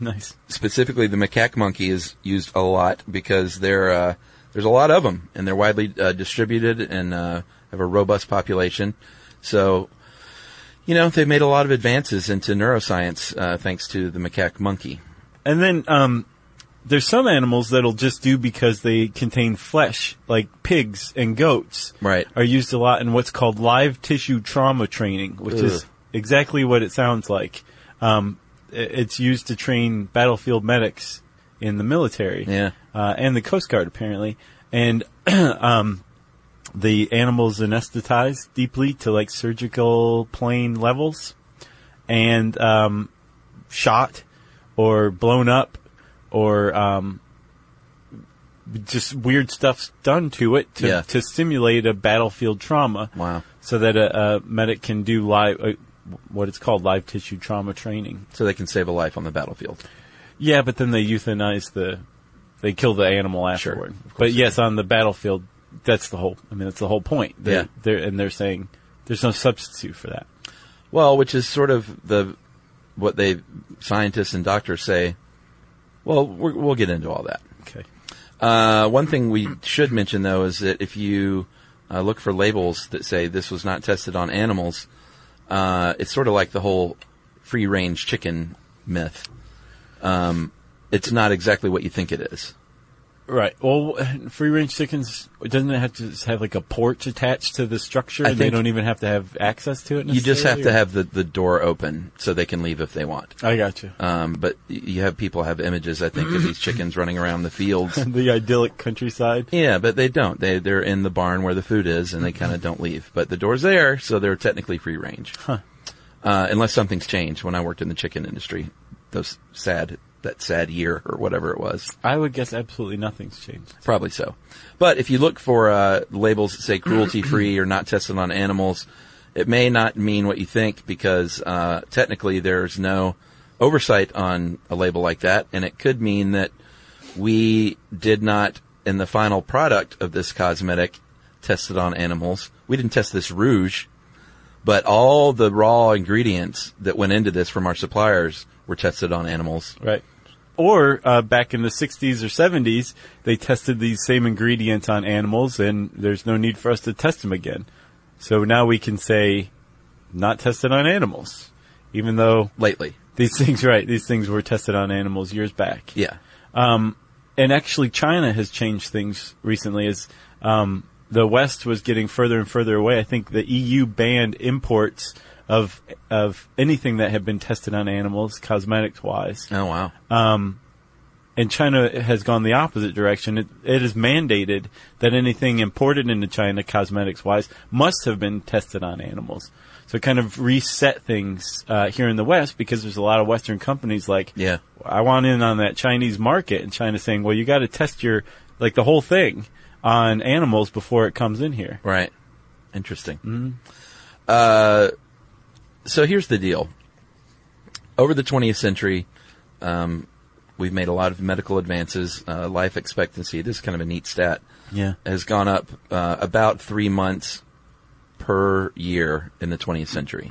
[SPEAKER 5] Nice.
[SPEAKER 4] Specifically, the macaque monkey is used a lot because they're, uh, there's a lot of them and they're widely uh, distributed and uh, have a robust population. So, you know, they've made a lot of advances into neuroscience uh, thanks to the macaque monkey.
[SPEAKER 5] And then um, there's some animals that'll just do because they contain flesh, like pigs and goats.
[SPEAKER 4] Right.
[SPEAKER 5] Are used a lot in what's called live tissue trauma training, which is
[SPEAKER 4] Ugh.
[SPEAKER 5] exactly what it sounds like. Um, i- it's used to train battlefield medics in the military.
[SPEAKER 4] Yeah.
[SPEAKER 5] Uh, and the Coast Guard apparently, and (clears throat) um, the animals anesthetized deeply to like surgical plane levels, and um, shot or blown up or um, just weird stuff's done to it to,
[SPEAKER 4] Yeah.
[SPEAKER 5] to simulate a battlefield trauma.
[SPEAKER 4] Wow.
[SPEAKER 5] So that a, a medic can do live, uh, what it's called live tissue trauma training.
[SPEAKER 4] So they can save a life on the battlefield.
[SPEAKER 5] Yeah, but then they euthanize the, they kill the animal
[SPEAKER 4] Sure,
[SPEAKER 5] afterward.
[SPEAKER 4] of course
[SPEAKER 5] but
[SPEAKER 4] they
[SPEAKER 5] yes, on the battlefield, that's the whole. I mean, that's the whole point. They're,
[SPEAKER 4] Yeah.
[SPEAKER 5] They're, and they're saying there's no substitute for that.
[SPEAKER 4] Well, which is sort of the what they scientists and doctors say. Well, we're, we'll get into all that.
[SPEAKER 5] Okay.
[SPEAKER 4] Uh, one thing we should mention though is that if you uh, look for labels that say this was not tested on animals, uh, it's sort of like the whole free range chicken myth. Um, it's not exactly what you think it is.
[SPEAKER 5] Right. Well, (sighs) free range chickens doesn't it have to just have like a porch attached to the structure,
[SPEAKER 4] I
[SPEAKER 5] and they
[SPEAKER 4] think-
[SPEAKER 5] don't even have to have access to it.
[SPEAKER 4] You just have to
[SPEAKER 5] necessarily, or-
[SPEAKER 4] have the, the door open so they can leave if they want.
[SPEAKER 5] I got you.
[SPEAKER 4] Um, but y- you have people have images, I think, of these chickens running around the fields.
[SPEAKER 5] (laughs) the idyllic countryside.
[SPEAKER 4] Yeah, but they don't. They they're in the barn where the food is, and they kind of don't leave. But the door's there, so they're technically free range, uh, unless something's changed. When I worked in the chicken industry, those sad that sad year or whatever it was,
[SPEAKER 5] I would guess absolutely nothing's changed.
[SPEAKER 4] probably so. But if you look for uh, labels that say cruelty free or not tested on animals, it may not mean what you think because uh, technically there's no oversight on a label like that, and it could mean that we did not, in the final product of this cosmetic, tested on animals. We didn't test this rouge, but all the raw ingredients that went into this from our suppliers were tested on animals
[SPEAKER 5] Right. Or uh, back in the 60s or 70s, they tested these same ingredients on animals, and there's no need for us to test them again. So now we can say, not tested on animals, even though
[SPEAKER 4] lately.
[SPEAKER 5] these (laughs) things, right? These things were tested on animals years back.
[SPEAKER 4] Yeah.
[SPEAKER 5] and actually China has changed things recently as um, the West was getting further and further away. I think the EU banned imports of of anything that had been tested on animals, cosmetics wise,
[SPEAKER 4] Oh wow.
[SPEAKER 5] and China has gone the opposite direction. It, it is mandated that anything imported into China, cosmetics wise, must have been tested on animals. So it kind of reset things uh, here in the West because there's a lot of Western companies like
[SPEAKER 4] yeah.
[SPEAKER 5] I want in on that Chinese market and China's saying, well, you got to test your, like the whole thing on animals before it comes in here.
[SPEAKER 4] Right. Interesting. Uh, so here's the deal. Over the 20th century, um, we've made a lot of medical advances. Uh, life expectancy, this is kind of a neat stat,
[SPEAKER 5] Yeah.
[SPEAKER 4] has gone up uh, about three months per year in the 20th century,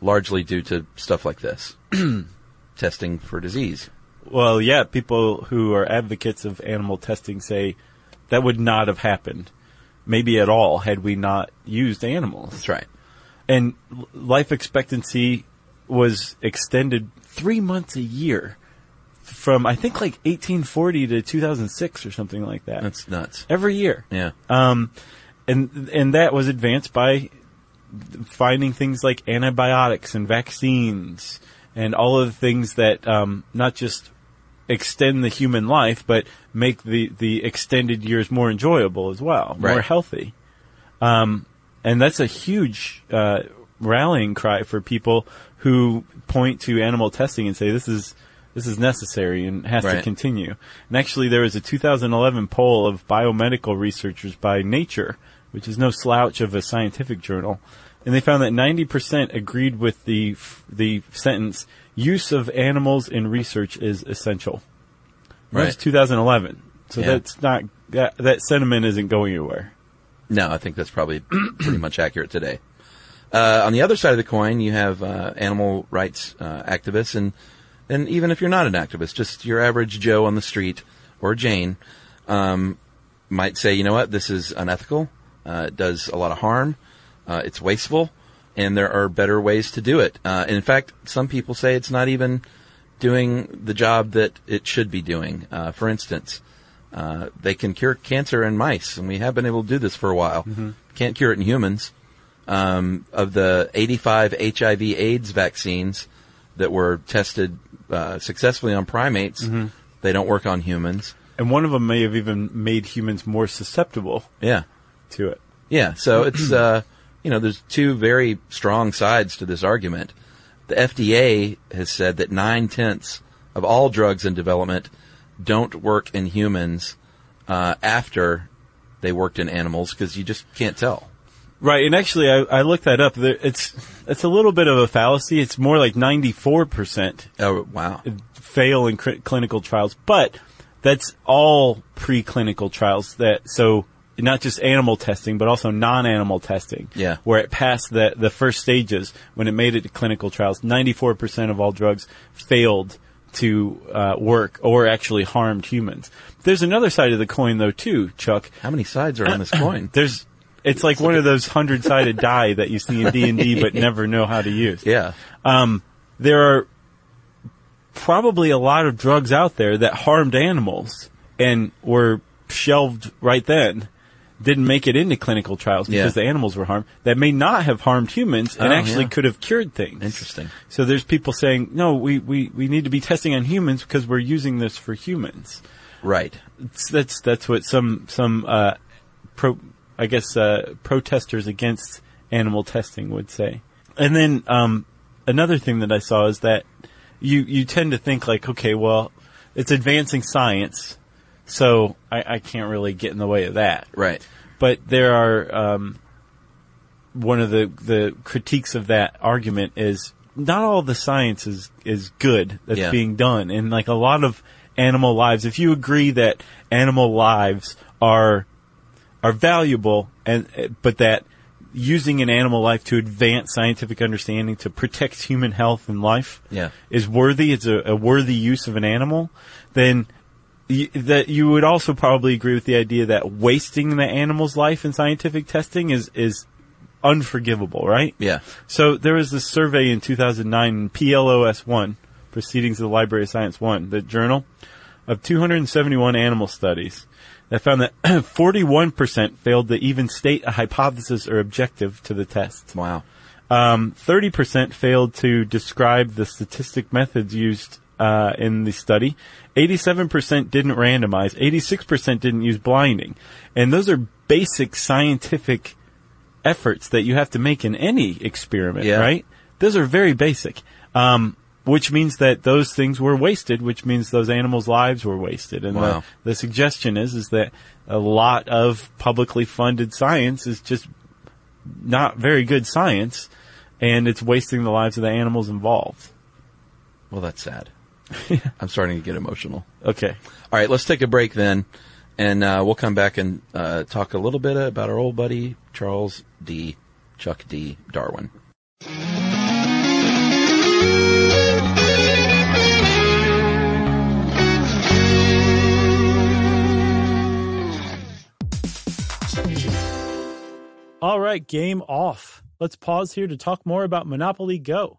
[SPEAKER 4] largely due to stuff like this testing for disease.
[SPEAKER 5] Well, yeah, people who are advocates of animal testing say that would not have happened, maybe at all, had we not used animals.
[SPEAKER 4] That's right.
[SPEAKER 5] And l- life expectancy was extended three months a year from, I think, like 1840 to 2006 or something like that.
[SPEAKER 4] That's nuts.
[SPEAKER 5] Every year.
[SPEAKER 4] Yeah.
[SPEAKER 5] Um, and and that was advanced by finding things like antibiotics and vaccines and all of the things that um, not just extend the human life, but make the the extended years more enjoyable as well, more
[SPEAKER 4] Right.
[SPEAKER 5] healthy. Um, and that's a huge uh, rallying cry for people who point to animal testing and say this is this is necessary and has to
[SPEAKER 4] Right.
[SPEAKER 5] continue continue. And actually, there was a 2011 poll of biomedical researchers by Nature, which is no slouch of a scientific journal, and they found that 90% agreed with the f- the sentence: "Use of animals in research is essential." That was
[SPEAKER 4] Right.
[SPEAKER 5] 2011, so
[SPEAKER 4] Yeah.
[SPEAKER 5] that's not that that sentiment isn't going anywhere.
[SPEAKER 4] No, I think that's probably (clears throat) pretty much accurate today. Uh, on the other side of the coin, you have uh, animal rights uh, activists, and and even if you're not an activist, just your average Joe on the street or Jane um, might say, you know what, this is unethical. Uh, it does a lot of harm. Uh, it's wasteful, and there are better ways to do it. Uh, in fact, some people say it's not even doing the job that it should be doing. Uh, for instance, uh, they can cure cancer in mice, and we have been able to do this for a while. Can't cure it in humans. Um, of the 85 HIV/AIDS vaccines that were tested uh, successfully on primates, they don't work on humans.
[SPEAKER 5] And one of them may have even made humans more susceptible
[SPEAKER 4] Yeah,
[SPEAKER 5] to it.
[SPEAKER 4] yeah. So it's uh, you know there's two very strong sides to this argument. The FDA has said that nine tenths of all drugs in development don't work in humans uh, after they worked in animals because you just can't tell.
[SPEAKER 5] Right, and actually, I, I looked that up. There, it's it's a little bit of a fallacy. It's more like ninety four percent
[SPEAKER 4] Oh wow!
[SPEAKER 5] fail in cri- clinical trials, but that's all preclinical trials that so not just animal testing, but also non-animal testing.
[SPEAKER 4] Yeah.
[SPEAKER 5] Where it passed the, the first stages when it made it to clinical trials, 94% of all drugs failed to uh, work or actually harmed humans. There's another side of the coin though too, Chuck.
[SPEAKER 4] How many sides are on this coin?
[SPEAKER 5] There's it's like one of those hundred-sided die that you see in D&D (laughs) but never know how to use
[SPEAKER 4] Yeah,
[SPEAKER 5] Um, there are probably a lot of drugs out there that harmed animals and were shelved right then. Didn't make it into clinical trials because
[SPEAKER 4] Yeah.
[SPEAKER 5] the animals were harmed. That may not have harmed humans and
[SPEAKER 4] Oh,
[SPEAKER 5] actually
[SPEAKER 4] yeah.
[SPEAKER 5] could have cured things.
[SPEAKER 4] Interesting.
[SPEAKER 5] So there's people saying, no, we, we, we need to be testing on humans because we're using this for humans.
[SPEAKER 4] right.
[SPEAKER 5] It's- that's that's what some some uh, pro I guess uh, protesters against animal testing would say. And then um, another thing that I saw is that you you tend to think like, okay, well, it's advancing science, so I, I can't really get in the way of that.
[SPEAKER 4] Right.
[SPEAKER 5] But there are um, one of the the critiques of that argument is not all the science is is good that's
[SPEAKER 4] Yeah.
[SPEAKER 5] being done, and like a lot of animal lives. If you agree that animal lives are are valuable, and but that using an animal life to advance scientific understanding to protect human health and life
[SPEAKER 4] Yeah.
[SPEAKER 5] is worthy, it's a, a worthy use of an animal, then y- that you would also probably agree with the idea that wasting the animal's life in scientific testing is is unforgivable, right?
[SPEAKER 4] Yeah.
[SPEAKER 5] So there was this survey in 2009 in PLOS 1, Proceedings of the Library of Science 1, the journal, of 271 animal studies that found that (clears throat) 41% failed to even state a hypothesis or objective to the test.
[SPEAKER 4] Wow.
[SPEAKER 5] Um, 30% failed to describe the statistic methods used uh, in the study. 87% didn't randomize. 86% didn't use blinding. And those are basic scientific efforts that you have to make in any experiment,
[SPEAKER 4] Yeah.
[SPEAKER 5] right? Those are very basic. Um, which means that those things were wasted, which means those animals' lives were wasted. And
[SPEAKER 4] Wow.
[SPEAKER 5] the, the suggestion is, is that a lot of publicly funded science is just not very good science, and it's wasting the lives of the animals involved.
[SPEAKER 4] Well, that's sad. (laughs) I'm starting to get emotional.
[SPEAKER 5] Okay.
[SPEAKER 4] All right, let's take a break then, and uh, we'll come back and uh, talk a little bit about our old buddy Charles D. Chuck D. Darwin.
[SPEAKER 2] All right, game off. Let's pause here to talk more about Monopoly Go.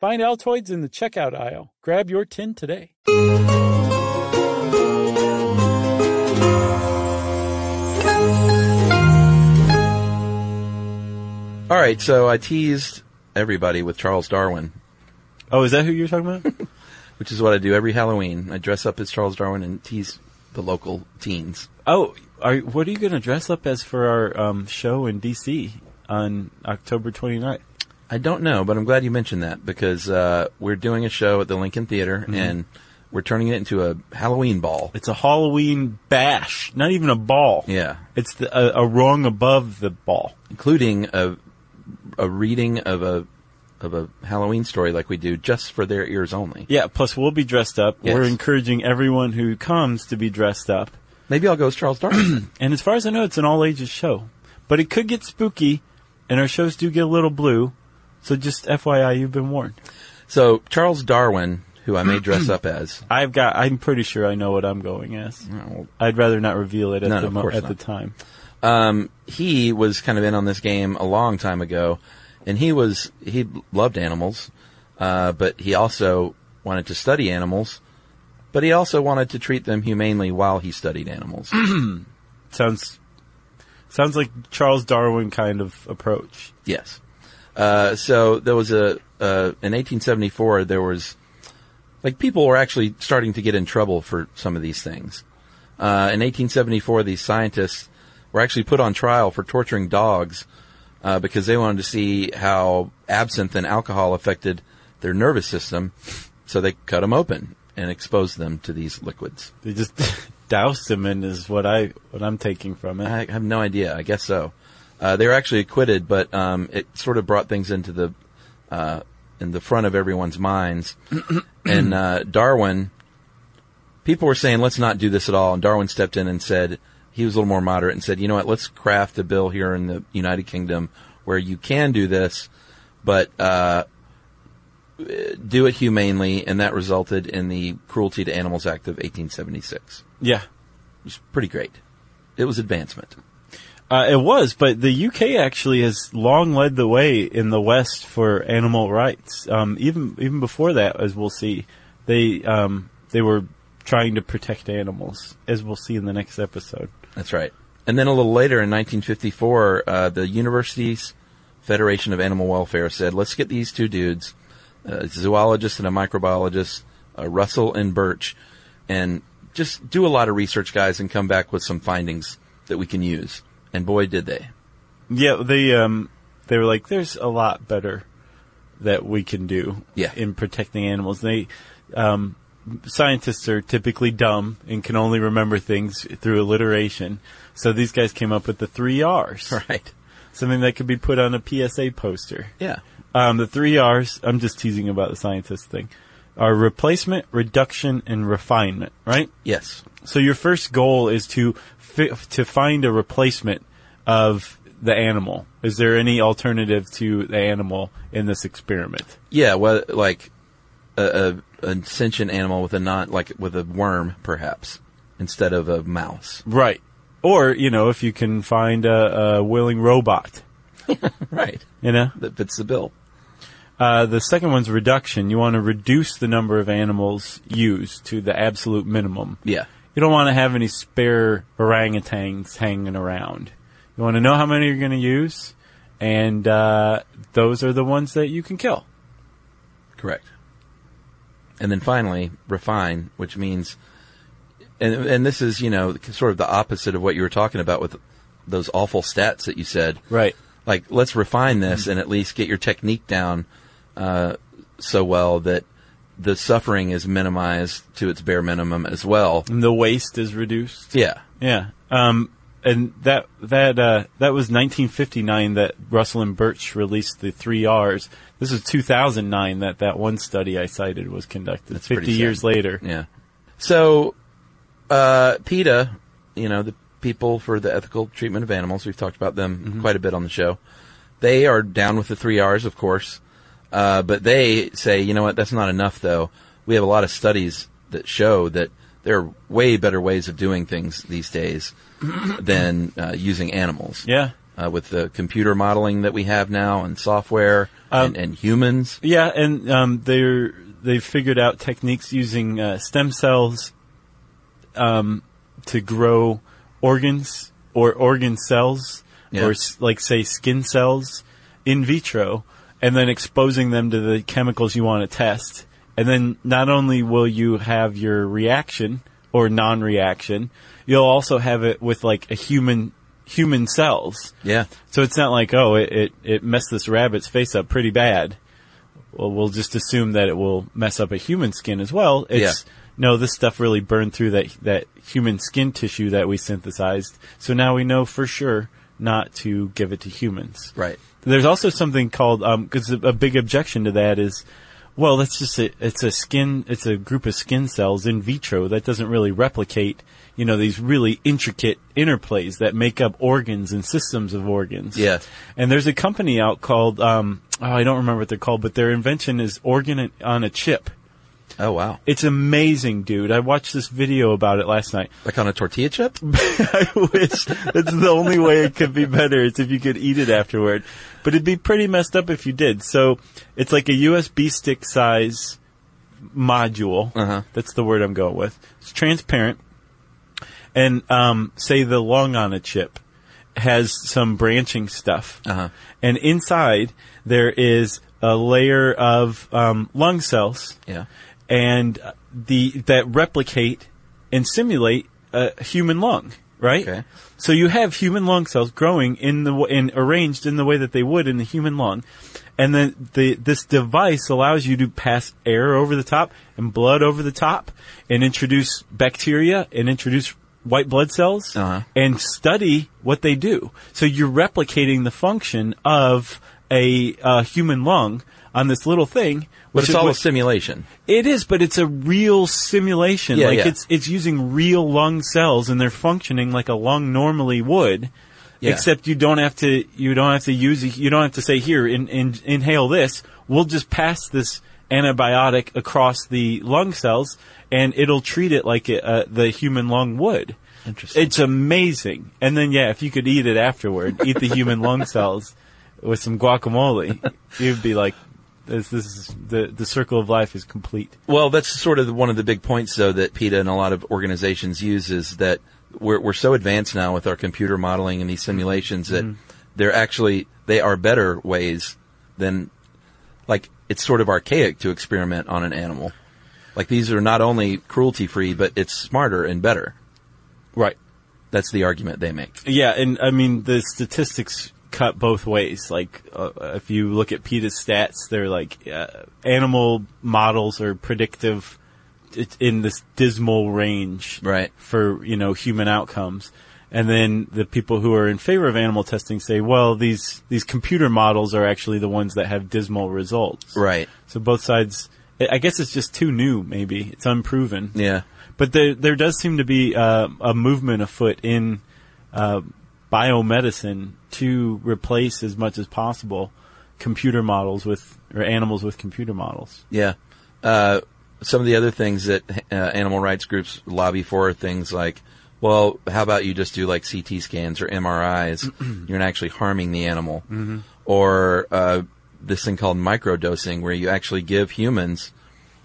[SPEAKER 2] Find Altoids in the checkout aisle. Grab your tin today.
[SPEAKER 4] All right, so I teased everybody with Charles Darwin,
[SPEAKER 5] Oh, is that who you're talking about?
[SPEAKER 4] which is what I do every Halloween. I dress up as Charles Darwin and tease the local teens.
[SPEAKER 5] (laughs) oh, are, what are you going to dress up as for our um, show in D.C. on October 29th?
[SPEAKER 4] I don't know, but I'm glad you mentioned that because uh, we're doing a show at the Lincoln Theater
[SPEAKER 6] Mm-hmm.
[SPEAKER 4] and we're turning it into a Halloween ball.
[SPEAKER 5] It's a Halloween bash, not even a ball.
[SPEAKER 4] Yeah,
[SPEAKER 5] It's the, a, a rung above the ball.
[SPEAKER 4] including a a reading of a of a Halloween story like we do just for their ears only.
[SPEAKER 5] Yeah, plus we'll be dressed up.
[SPEAKER 4] Yes.
[SPEAKER 5] We're encouraging everyone who comes to be dressed up.
[SPEAKER 4] Maybe I'll go as Charles Darwin.
[SPEAKER 5] And as far as I know, it's an all ages show. But it could get spooky, and our shows do get a little blue. So just FYI, you've been warned.
[SPEAKER 4] so Charles Darwin, who I may dress up as.
[SPEAKER 5] I've got. I'm pretty sure I know what I'm going as.
[SPEAKER 4] well-
[SPEAKER 5] I'd rather not reveal it at,
[SPEAKER 4] No,
[SPEAKER 5] the,
[SPEAKER 4] of
[SPEAKER 5] mo-
[SPEAKER 4] course
[SPEAKER 5] at the
[SPEAKER 4] not.
[SPEAKER 5] time.
[SPEAKER 4] Um, he was kind of in on this game a long time ago, and he was he loved animals, uh, but he also wanted to study animals, but he also wanted to treat them humanely while he studied animals.
[SPEAKER 5] Sounds sounds like Charles Darwin kind of approach.
[SPEAKER 4] Yes. Uh, so there was a uh, in 1874 there was like people were actually starting to get in trouble for some of these things. Uh, in 1874, these scientists were actually put on trial for torturing dogs uh, because they wanted to see how absinthe and alcohol affected their nervous system. So they cut them open and exposed them to these liquids.
[SPEAKER 5] They just (laughs) doused him in is what I what I'm taking from it.
[SPEAKER 4] I have no idea. I guess so. Uh, they were actually acquitted, but um, it sort of brought things into the uh, in the front of everyone's minds. and uh, Darwin, people were saying, let's not do this at all. And Darwin stepped in and said, he was a little more moderate and said, you know what, let's craft a bill here in the United Kingdom where you can do this, but uh, do it humanely. And that resulted in the Cruelty to Animals Act of 1876.
[SPEAKER 5] Yeah.
[SPEAKER 4] It was pretty great. It was advancement.
[SPEAKER 5] Uh, it was, but the UK actually has long led the way in the West for animal rights. Um, even even before that, as we'll see, they um, they were trying to protect animals, as we'll see in the next episode.
[SPEAKER 4] That's right. And then a little later in 1954, uh, the Universities Federation of Animal Welfare said, let's get these two dudes, a zoologist and a microbiologist, uh, Russell and Birch, and just do a lot of research, guys, and come back with some findings that we can use. And boy, did they. (laughs)
[SPEAKER 5] Yeah, they um, they were like, there's a lot better that we can do
[SPEAKER 4] Yeah.
[SPEAKER 5] in protecting animals. They um, scientists are typically dumb and can only remember things through alliteration. So these guys came up with the three R's,
[SPEAKER 4] Right.
[SPEAKER 5] something that could be put on a PSA poster.
[SPEAKER 4] Yeah.
[SPEAKER 5] Um, the three R's, I'm just teasing about the scientist thing, are replacement, reduction, and refinement, right?
[SPEAKER 4] Yes.
[SPEAKER 5] So your first goal is to fi- to find a replacement of the animal. Is there any alternative to the animal in this experiment?
[SPEAKER 4] Yeah. Well, like a, a, a sentient animal with a not like with a worm, perhaps, instead of a mouse. (laughs)
[SPEAKER 5] Right. Or, you know, if you can find a, a willing robot,
[SPEAKER 4] Right.
[SPEAKER 5] you know?
[SPEAKER 4] That fits the bill.
[SPEAKER 5] Uh, the second one's reduction. You want to reduce the number of animals used to the absolute minimum.
[SPEAKER 4] Yeah.
[SPEAKER 5] You don't want to have any spare orangutans hanging around. You want to know how many you're going to use, and uh, those are the ones that you can kill.
[SPEAKER 4] Correct. And then finally, refine, which means, and and this is you know sort of the opposite of what you were talking about with those awful stats that you said.
[SPEAKER 5] Right.
[SPEAKER 4] Like, let's refine this and at least get your technique down uh, so well that the suffering is minimized to its bare minimum as well.
[SPEAKER 5] And the waste is reduced.
[SPEAKER 4] Yeah.
[SPEAKER 5] Yeah. Um, and that that uh, that was 1959 that Russell and Birch released the three R's. This is 2009 that that one study I cited was conducted.
[SPEAKER 4] That's pretty
[SPEAKER 5] 50 years
[SPEAKER 4] sad.
[SPEAKER 5] later.
[SPEAKER 4] Yeah. So, uh, PETA, you know, the people for the ethical treatment of animals, we've talked about them quite a bit on the show. They are down with the three R's, of course. Uh, but they say, you know what, that's not enough though. We have a lot of studies that show that there are way better ways of doing things these days than uh, using animals.
[SPEAKER 5] Yeah.
[SPEAKER 4] Uh, with the computer modeling that we have now and software and, and humans.
[SPEAKER 5] Yeah, and um, they're they've figured out techniques using uh, stem cells um, to grow organs or organ cells,
[SPEAKER 4] Yeah.
[SPEAKER 5] or s- like say skin cells in vitro, and then exposing them to the chemicals you want to test. And then not only will you have your reaction or non-reaction, you'll also have it with like a human human cells.
[SPEAKER 4] Yeah.
[SPEAKER 5] So it's not like, oh, it, it, it messed this rabbit's face up pretty bad. Well, we'll just assume that it will mess up a human skin as well. It's,
[SPEAKER 4] Yeah.
[SPEAKER 5] no, this stuff really burned through that, that human skin tissue that we synthesized. So now we know for sure not to give it to humans.
[SPEAKER 4] Right.
[SPEAKER 5] There's also something called, um, cause a, a big objection to that is, well, that's just a, it's a skin, it's a group of skin cells in vitro that doesn't really replicate, you know, these really intricate interplays that make up organs and systems of organs.
[SPEAKER 4] Yeah.
[SPEAKER 5] And there's a company out called, um, oh, I don't remember what they're called, but their invention is organ on a chip.
[SPEAKER 4] Oh, wow.
[SPEAKER 5] It's amazing, dude. I watched this video about it last night.
[SPEAKER 4] Like on a tortilla chip?
[SPEAKER 5] (laughs) I wish that's the only way it could be better is if you could eat it afterward. But it'd be pretty messed up if you did. So it's like a USB stick size module.
[SPEAKER 4] Uh-huh.
[SPEAKER 5] That's the word I'm going with. It's transparent. And um, say the long on a chip has some branching stuff.
[SPEAKER 4] Uh-huh.
[SPEAKER 5] And inside there is a layer of um, lung cells
[SPEAKER 4] Yeah.
[SPEAKER 5] and the that replicate and simulate a human lung, right?
[SPEAKER 4] Okay.
[SPEAKER 5] So you have human lung cells growing in the w- in arranged in the way that they would in the human lung, and then the this device allows you to pass air over the top and blood over the top, and introduce bacteria and introduce white blood cells
[SPEAKER 4] Uh-huh.
[SPEAKER 5] and study what they do. So you're replicating the function of a uh, human lung on this little thing.
[SPEAKER 4] But
[SPEAKER 5] which
[SPEAKER 4] it's
[SPEAKER 5] is-
[SPEAKER 4] all a
[SPEAKER 5] which-
[SPEAKER 4] simulation.
[SPEAKER 5] It is, but it's a real simulation.
[SPEAKER 4] Yeah,
[SPEAKER 5] like
[SPEAKER 4] yeah.
[SPEAKER 5] it's it's using real lung cells and they're functioning like a lung normally would.
[SPEAKER 4] Yeah.
[SPEAKER 5] Except you don't have to you don't have to use you don't have to say here in, in, inhale this. We'll just pass this antibiotic across the lung cells and it'll treat it like it, uh, the human lung would.
[SPEAKER 4] Interesting.
[SPEAKER 5] It's amazing. And then yeah, if you could eat it afterward, eat the human lung cells with some guacamole, you'd be like this, this is the the circle of life is complete.
[SPEAKER 4] Well, that's sort of one of the big points, though, that PETA and a lot of organizations use is that we're, we're so advanced now with our computer modeling and these simulations that they're actually, they are better ways than, like, it's sort of archaic to experiment on an animal. Like, these are not only cruelty free, but it's smarter and better.
[SPEAKER 5] Right.
[SPEAKER 4] That's the argument they make.
[SPEAKER 5] Yeah, and I mean the statistics cut both ways. Like uh, if you look at PETA's stats, they're like uh, animal models are predictive it's in this dismal range
[SPEAKER 4] Right.
[SPEAKER 5] for you know human outcomes. And then the people who are in favor of animal testing say, well, these these computer models are actually the ones that have dismal results.
[SPEAKER 4] Right.
[SPEAKER 5] So both sides, I I guess it's just too new. Maybe it's unproven.
[SPEAKER 4] Yeah.
[SPEAKER 5] But there, there does seem to be uh, a movement afoot in uh, biomedicine to replace as much as possible computer models with or animals with computer models.
[SPEAKER 4] Yeah. Uh, some of the other things that uh, animal rights groups lobby for are things like, well, how about you just do like CT scans or
[SPEAKER 5] (clears throat)
[SPEAKER 4] MRIs? You're not actually harming the animal.
[SPEAKER 5] Mm-hmm.
[SPEAKER 4] Or uh, this thing called microdosing, where you actually give humans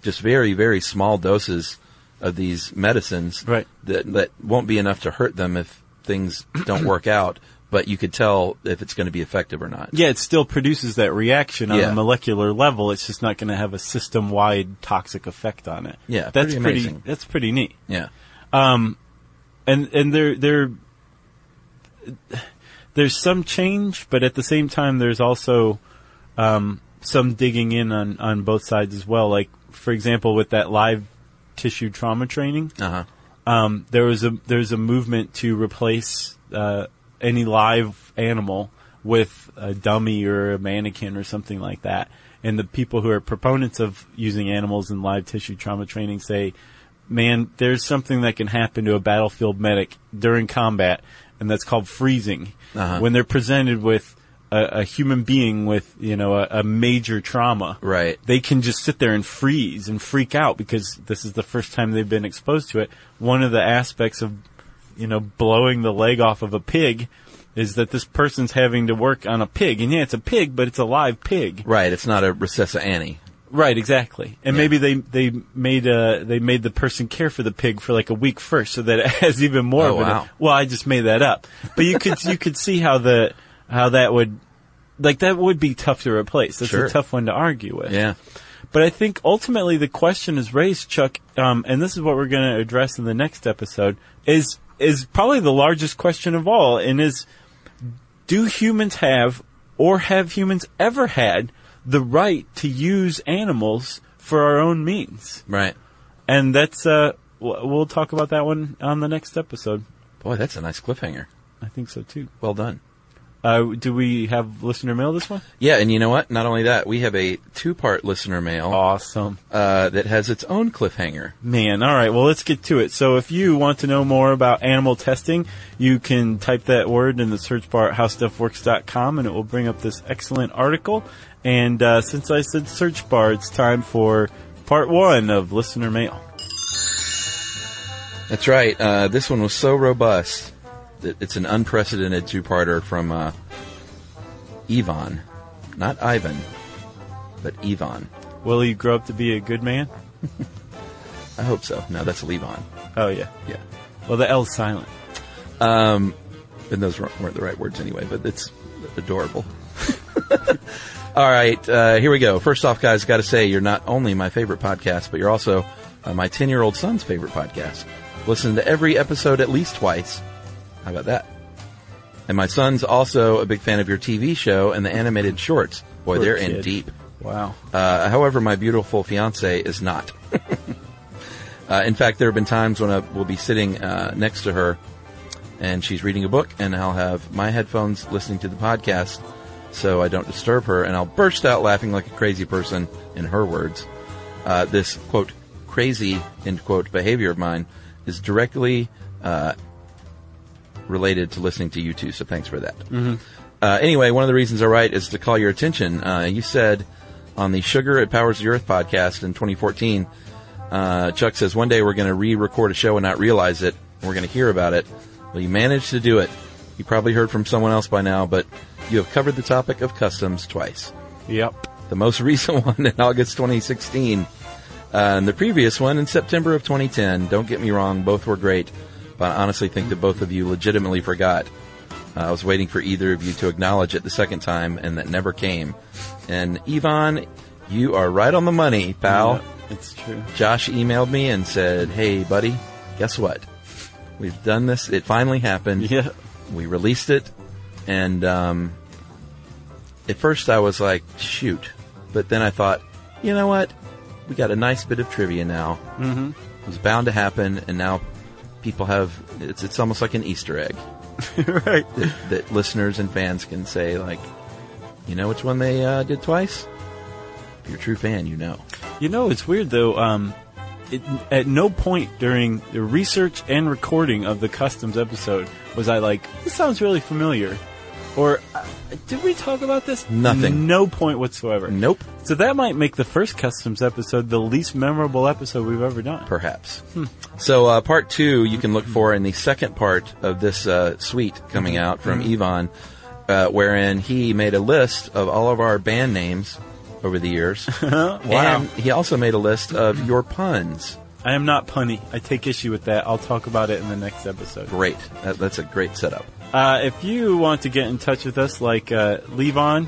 [SPEAKER 4] just very, very small doses of these medicines
[SPEAKER 5] Right.
[SPEAKER 4] that, that won't be enough to hurt them if
[SPEAKER 5] (clears throat)
[SPEAKER 4] things don't work out, but you could tell if it's going to be effective or not.
[SPEAKER 5] Yeah, it still produces that reaction on
[SPEAKER 4] Yeah.
[SPEAKER 5] a molecular level. It's just not going to have a system-wide toxic effect on it.
[SPEAKER 4] Yeah,
[SPEAKER 5] that's
[SPEAKER 4] pretty
[SPEAKER 5] pretty.
[SPEAKER 4] amazing.
[SPEAKER 5] that's pretty neat.
[SPEAKER 4] Yeah.
[SPEAKER 5] and and there there there's some change, but at the same time, there's also um, some digging in on on both sides as well. Like for example, with that live tissue trauma training,
[SPEAKER 4] Uh huh.
[SPEAKER 5] um, there was a there's a movement to replace uh, any live animal with a dummy or a mannequin or something like that. And the people who are proponents of using animals in live tissue trauma training say, "Man, there's something that can happen to a battlefield medic during combat, and that's called freezing.
[SPEAKER 4] Uh-huh.
[SPEAKER 5] When they're presented with a, a human being with you know a, a major trauma,
[SPEAKER 4] Right.
[SPEAKER 5] they can just sit there and freeze and freak out because this is the first time they've been exposed to it. One of the aspects of, you know, blowing the leg off of a pig is that this person's having to work on a pig. And yeah, it's a pig, but it's a live pig.
[SPEAKER 4] Right. It's not a recessa Annie.
[SPEAKER 5] Right, exactly. And maybe they, they made, uh, they made the person care for the pig for like a week first so that it (laughs) has even more
[SPEAKER 4] Oh,
[SPEAKER 5] of it.
[SPEAKER 4] wow.
[SPEAKER 5] Well, I just made that up. But you could, you could see how the, how that would, like that would be tough to replace. That's
[SPEAKER 4] Sure.
[SPEAKER 5] a tough one to argue with.
[SPEAKER 4] Yeah.
[SPEAKER 5] But I think ultimately the question is raised, Chuck, um, and this is what we're going to address in the next episode. Is is probably the largest question of all, and is do humans have, or have humans ever had, the right to use animals for our own means?
[SPEAKER 4] Right.
[SPEAKER 5] And that's uh, w- we'll talk about that one on the next episode.
[SPEAKER 4] Boy, that's a nice cliffhanger.
[SPEAKER 5] I think so too.
[SPEAKER 4] Well done.
[SPEAKER 5] Uh, do we have listener mail this one?
[SPEAKER 4] Yeah, and you know what? Not only that, we have a two-part listener mail
[SPEAKER 5] Awesome.
[SPEAKER 4] uh, that has its own cliffhanger.
[SPEAKER 5] Man, all right. Well, let's get to it. So, if you want to know more about animal testing, you can type that word in the search bar at howstuffworks.com, and it will bring up this excellent article. And uh, since I said search bar, it's time for part one of listener mail.
[SPEAKER 4] That's right. Uh, this one was so robust that it's an unprecedented two-parter from uh, Ivan, not Ivan, but Ivan.
[SPEAKER 5] Will you grow up to be a good man?
[SPEAKER 4] I hope so. No, that's Levon.
[SPEAKER 5] Oh yeah.
[SPEAKER 4] Yeah,
[SPEAKER 5] Well, the L's silent.
[SPEAKER 4] and those weren't weren't the right words anyway. But it's adorable. (laughs) All right, uh, here we go. First off, guys, got to say you're not only my favorite podcast, but you're also uh, my 10 year old son's favorite podcast. Listen to every episode at least twice. How about that? And my son's also a big fan of your TV show and the animated shorts. Boy,
[SPEAKER 5] Poor
[SPEAKER 4] they're in
[SPEAKER 5] kid.
[SPEAKER 4] deep.
[SPEAKER 5] Wow.
[SPEAKER 4] Uh, however, my beautiful fiance is not. (laughs) uh, in fact, there have been times when I will be sitting uh, next to her and she's reading a book, and I'll have my headphones listening to the podcast, so I don't disturb her, and I'll burst out laughing like a crazy person, in her words. Uh, this, quote, crazy, end quote, behavior of mine is directly uh, related to listening to you two, so thanks for that. Uh, anyway, one of the reasons I write is to call your attention. Uh, you said on the Sugar It Powers the Earth podcast in 2014, uh, Chuck says, one day we're going to re-record a show and not realize it. And we're going to hear about it. Well, you managed to do it. You probably heard from someone else by now, but you have covered the topic of customs twice.
[SPEAKER 5] Yep.
[SPEAKER 4] The most (laughs) recent one in August 2016, uh, and the previous one in September of 2010. Don't get me wrong, both were great, but I honestly think that both of you legitimately forgot. Uh, I was waiting for either of you to acknowledge it the second time, and that never came. And Yvonne, you are right on the money, pal.
[SPEAKER 5] It's true. (laughs)
[SPEAKER 4] Josh emailed me and said, "Hey, buddy, guess what? We've done this. It finally
[SPEAKER 5] (laughs)
[SPEAKER 4] happened.
[SPEAKER 5] Yeah.
[SPEAKER 4] We released it, and um, at first I was like, shoot, but then I thought, you know what? We got a nice bit of trivia now. Mm-hmm. It was bound to happen, and now people have. It's it's almost like an Easter egg
[SPEAKER 5] right.
[SPEAKER 4] that, that listeners and fans can say like, you know which one they uh, did twice. If you're a true fan, you know.
[SPEAKER 5] You know, it's weird though. Um, it, at no point during the research and recording of the customs episode was I like, "This sounds really familiar," or uh, "Did we talk about this?"
[SPEAKER 4] Nothing.
[SPEAKER 5] No point whatsoever.
[SPEAKER 4] Nope.
[SPEAKER 5] So that might make the first customs episode the least memorable episode we've ever done.
[SPEAKER 4] perhaps. So, uh, part two you can look for in the second part of this uh, suite coming out from Yvonne, uh, wherein he made a list of all of our band names over the years. wow. And he also made a list of your puns.
[SPEAKER 5] I am not punny. I take issue with that. I'll talk about it in the next episode.
[SPEAKER 4] Great. That, that's a great setup.
[SPEAKER 5] Uh, if you want to get in touch with us, like uh, Levon,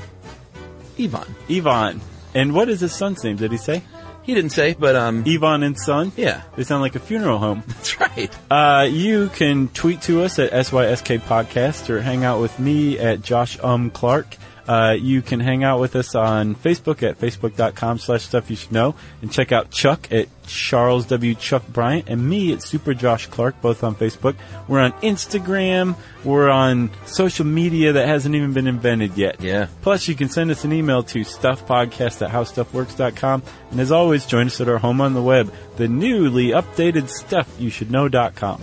[SPEAKER 4] Yvonne.
[SPEAKER 5] Yvonne, and what is his son's name? Did he say
[SPEAKER 4] He didn't say, but um,
[SPEAKER 5] Yvonne and son?
[SPEAKER 4] yeah, (laughs)
[SPEAKER 5] They sound like a funeral home. (laughs)
[SPEAKER 4] that's right.
[SPEAKER 5] Uh, you can tweet to us at SYSK Podcast or hang out with me at Josh Um Clark. Uh, you can hang out with us on Facebook at facebook.com slash stuff you should know and check out Chuck at Charles W. Chuck Bryant and me at Super Josh Clark, both on Facebook. We're on Instagram. We're on social media that hasn't even been invented yet.
[SPEAKER 4] Yeah.
[SPEAKER 5] Plus, you can send us an email to stuffpodcast at howstuffworks.com. And as always, join us at our home on the web, the newly updated stuffyoushouldknow.com.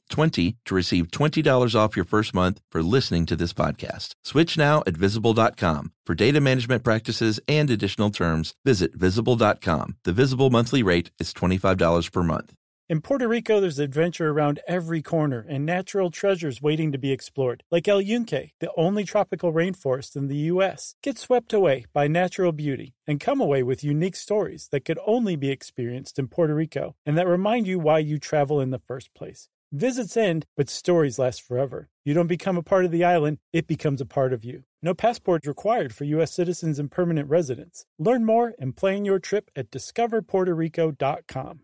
[SPEAKER 6] 20 to receive $20 off your first month for listening to this podcast. Switch now at visible.com. For data management practices and additional terms, visit visible.com. The visible monthly rate is $25 per month.
[SPEAKER 2] In Puerto Rico, there's adventure around every corner and natural treasures waiting to be explored, like El Yunque, the only tropical rainforest in the U.S. Get swept away by natural beauty and come away with unique stories that could only be experienced in Puerto Rico and that remind you why you travel in the first place. Visits end, but stories last forever. You don't become a part of the island, it becomes a part of you. No passport required for U.S. citizens and permanent residents. Learn more and plan your trip at discoverpuertorico.com.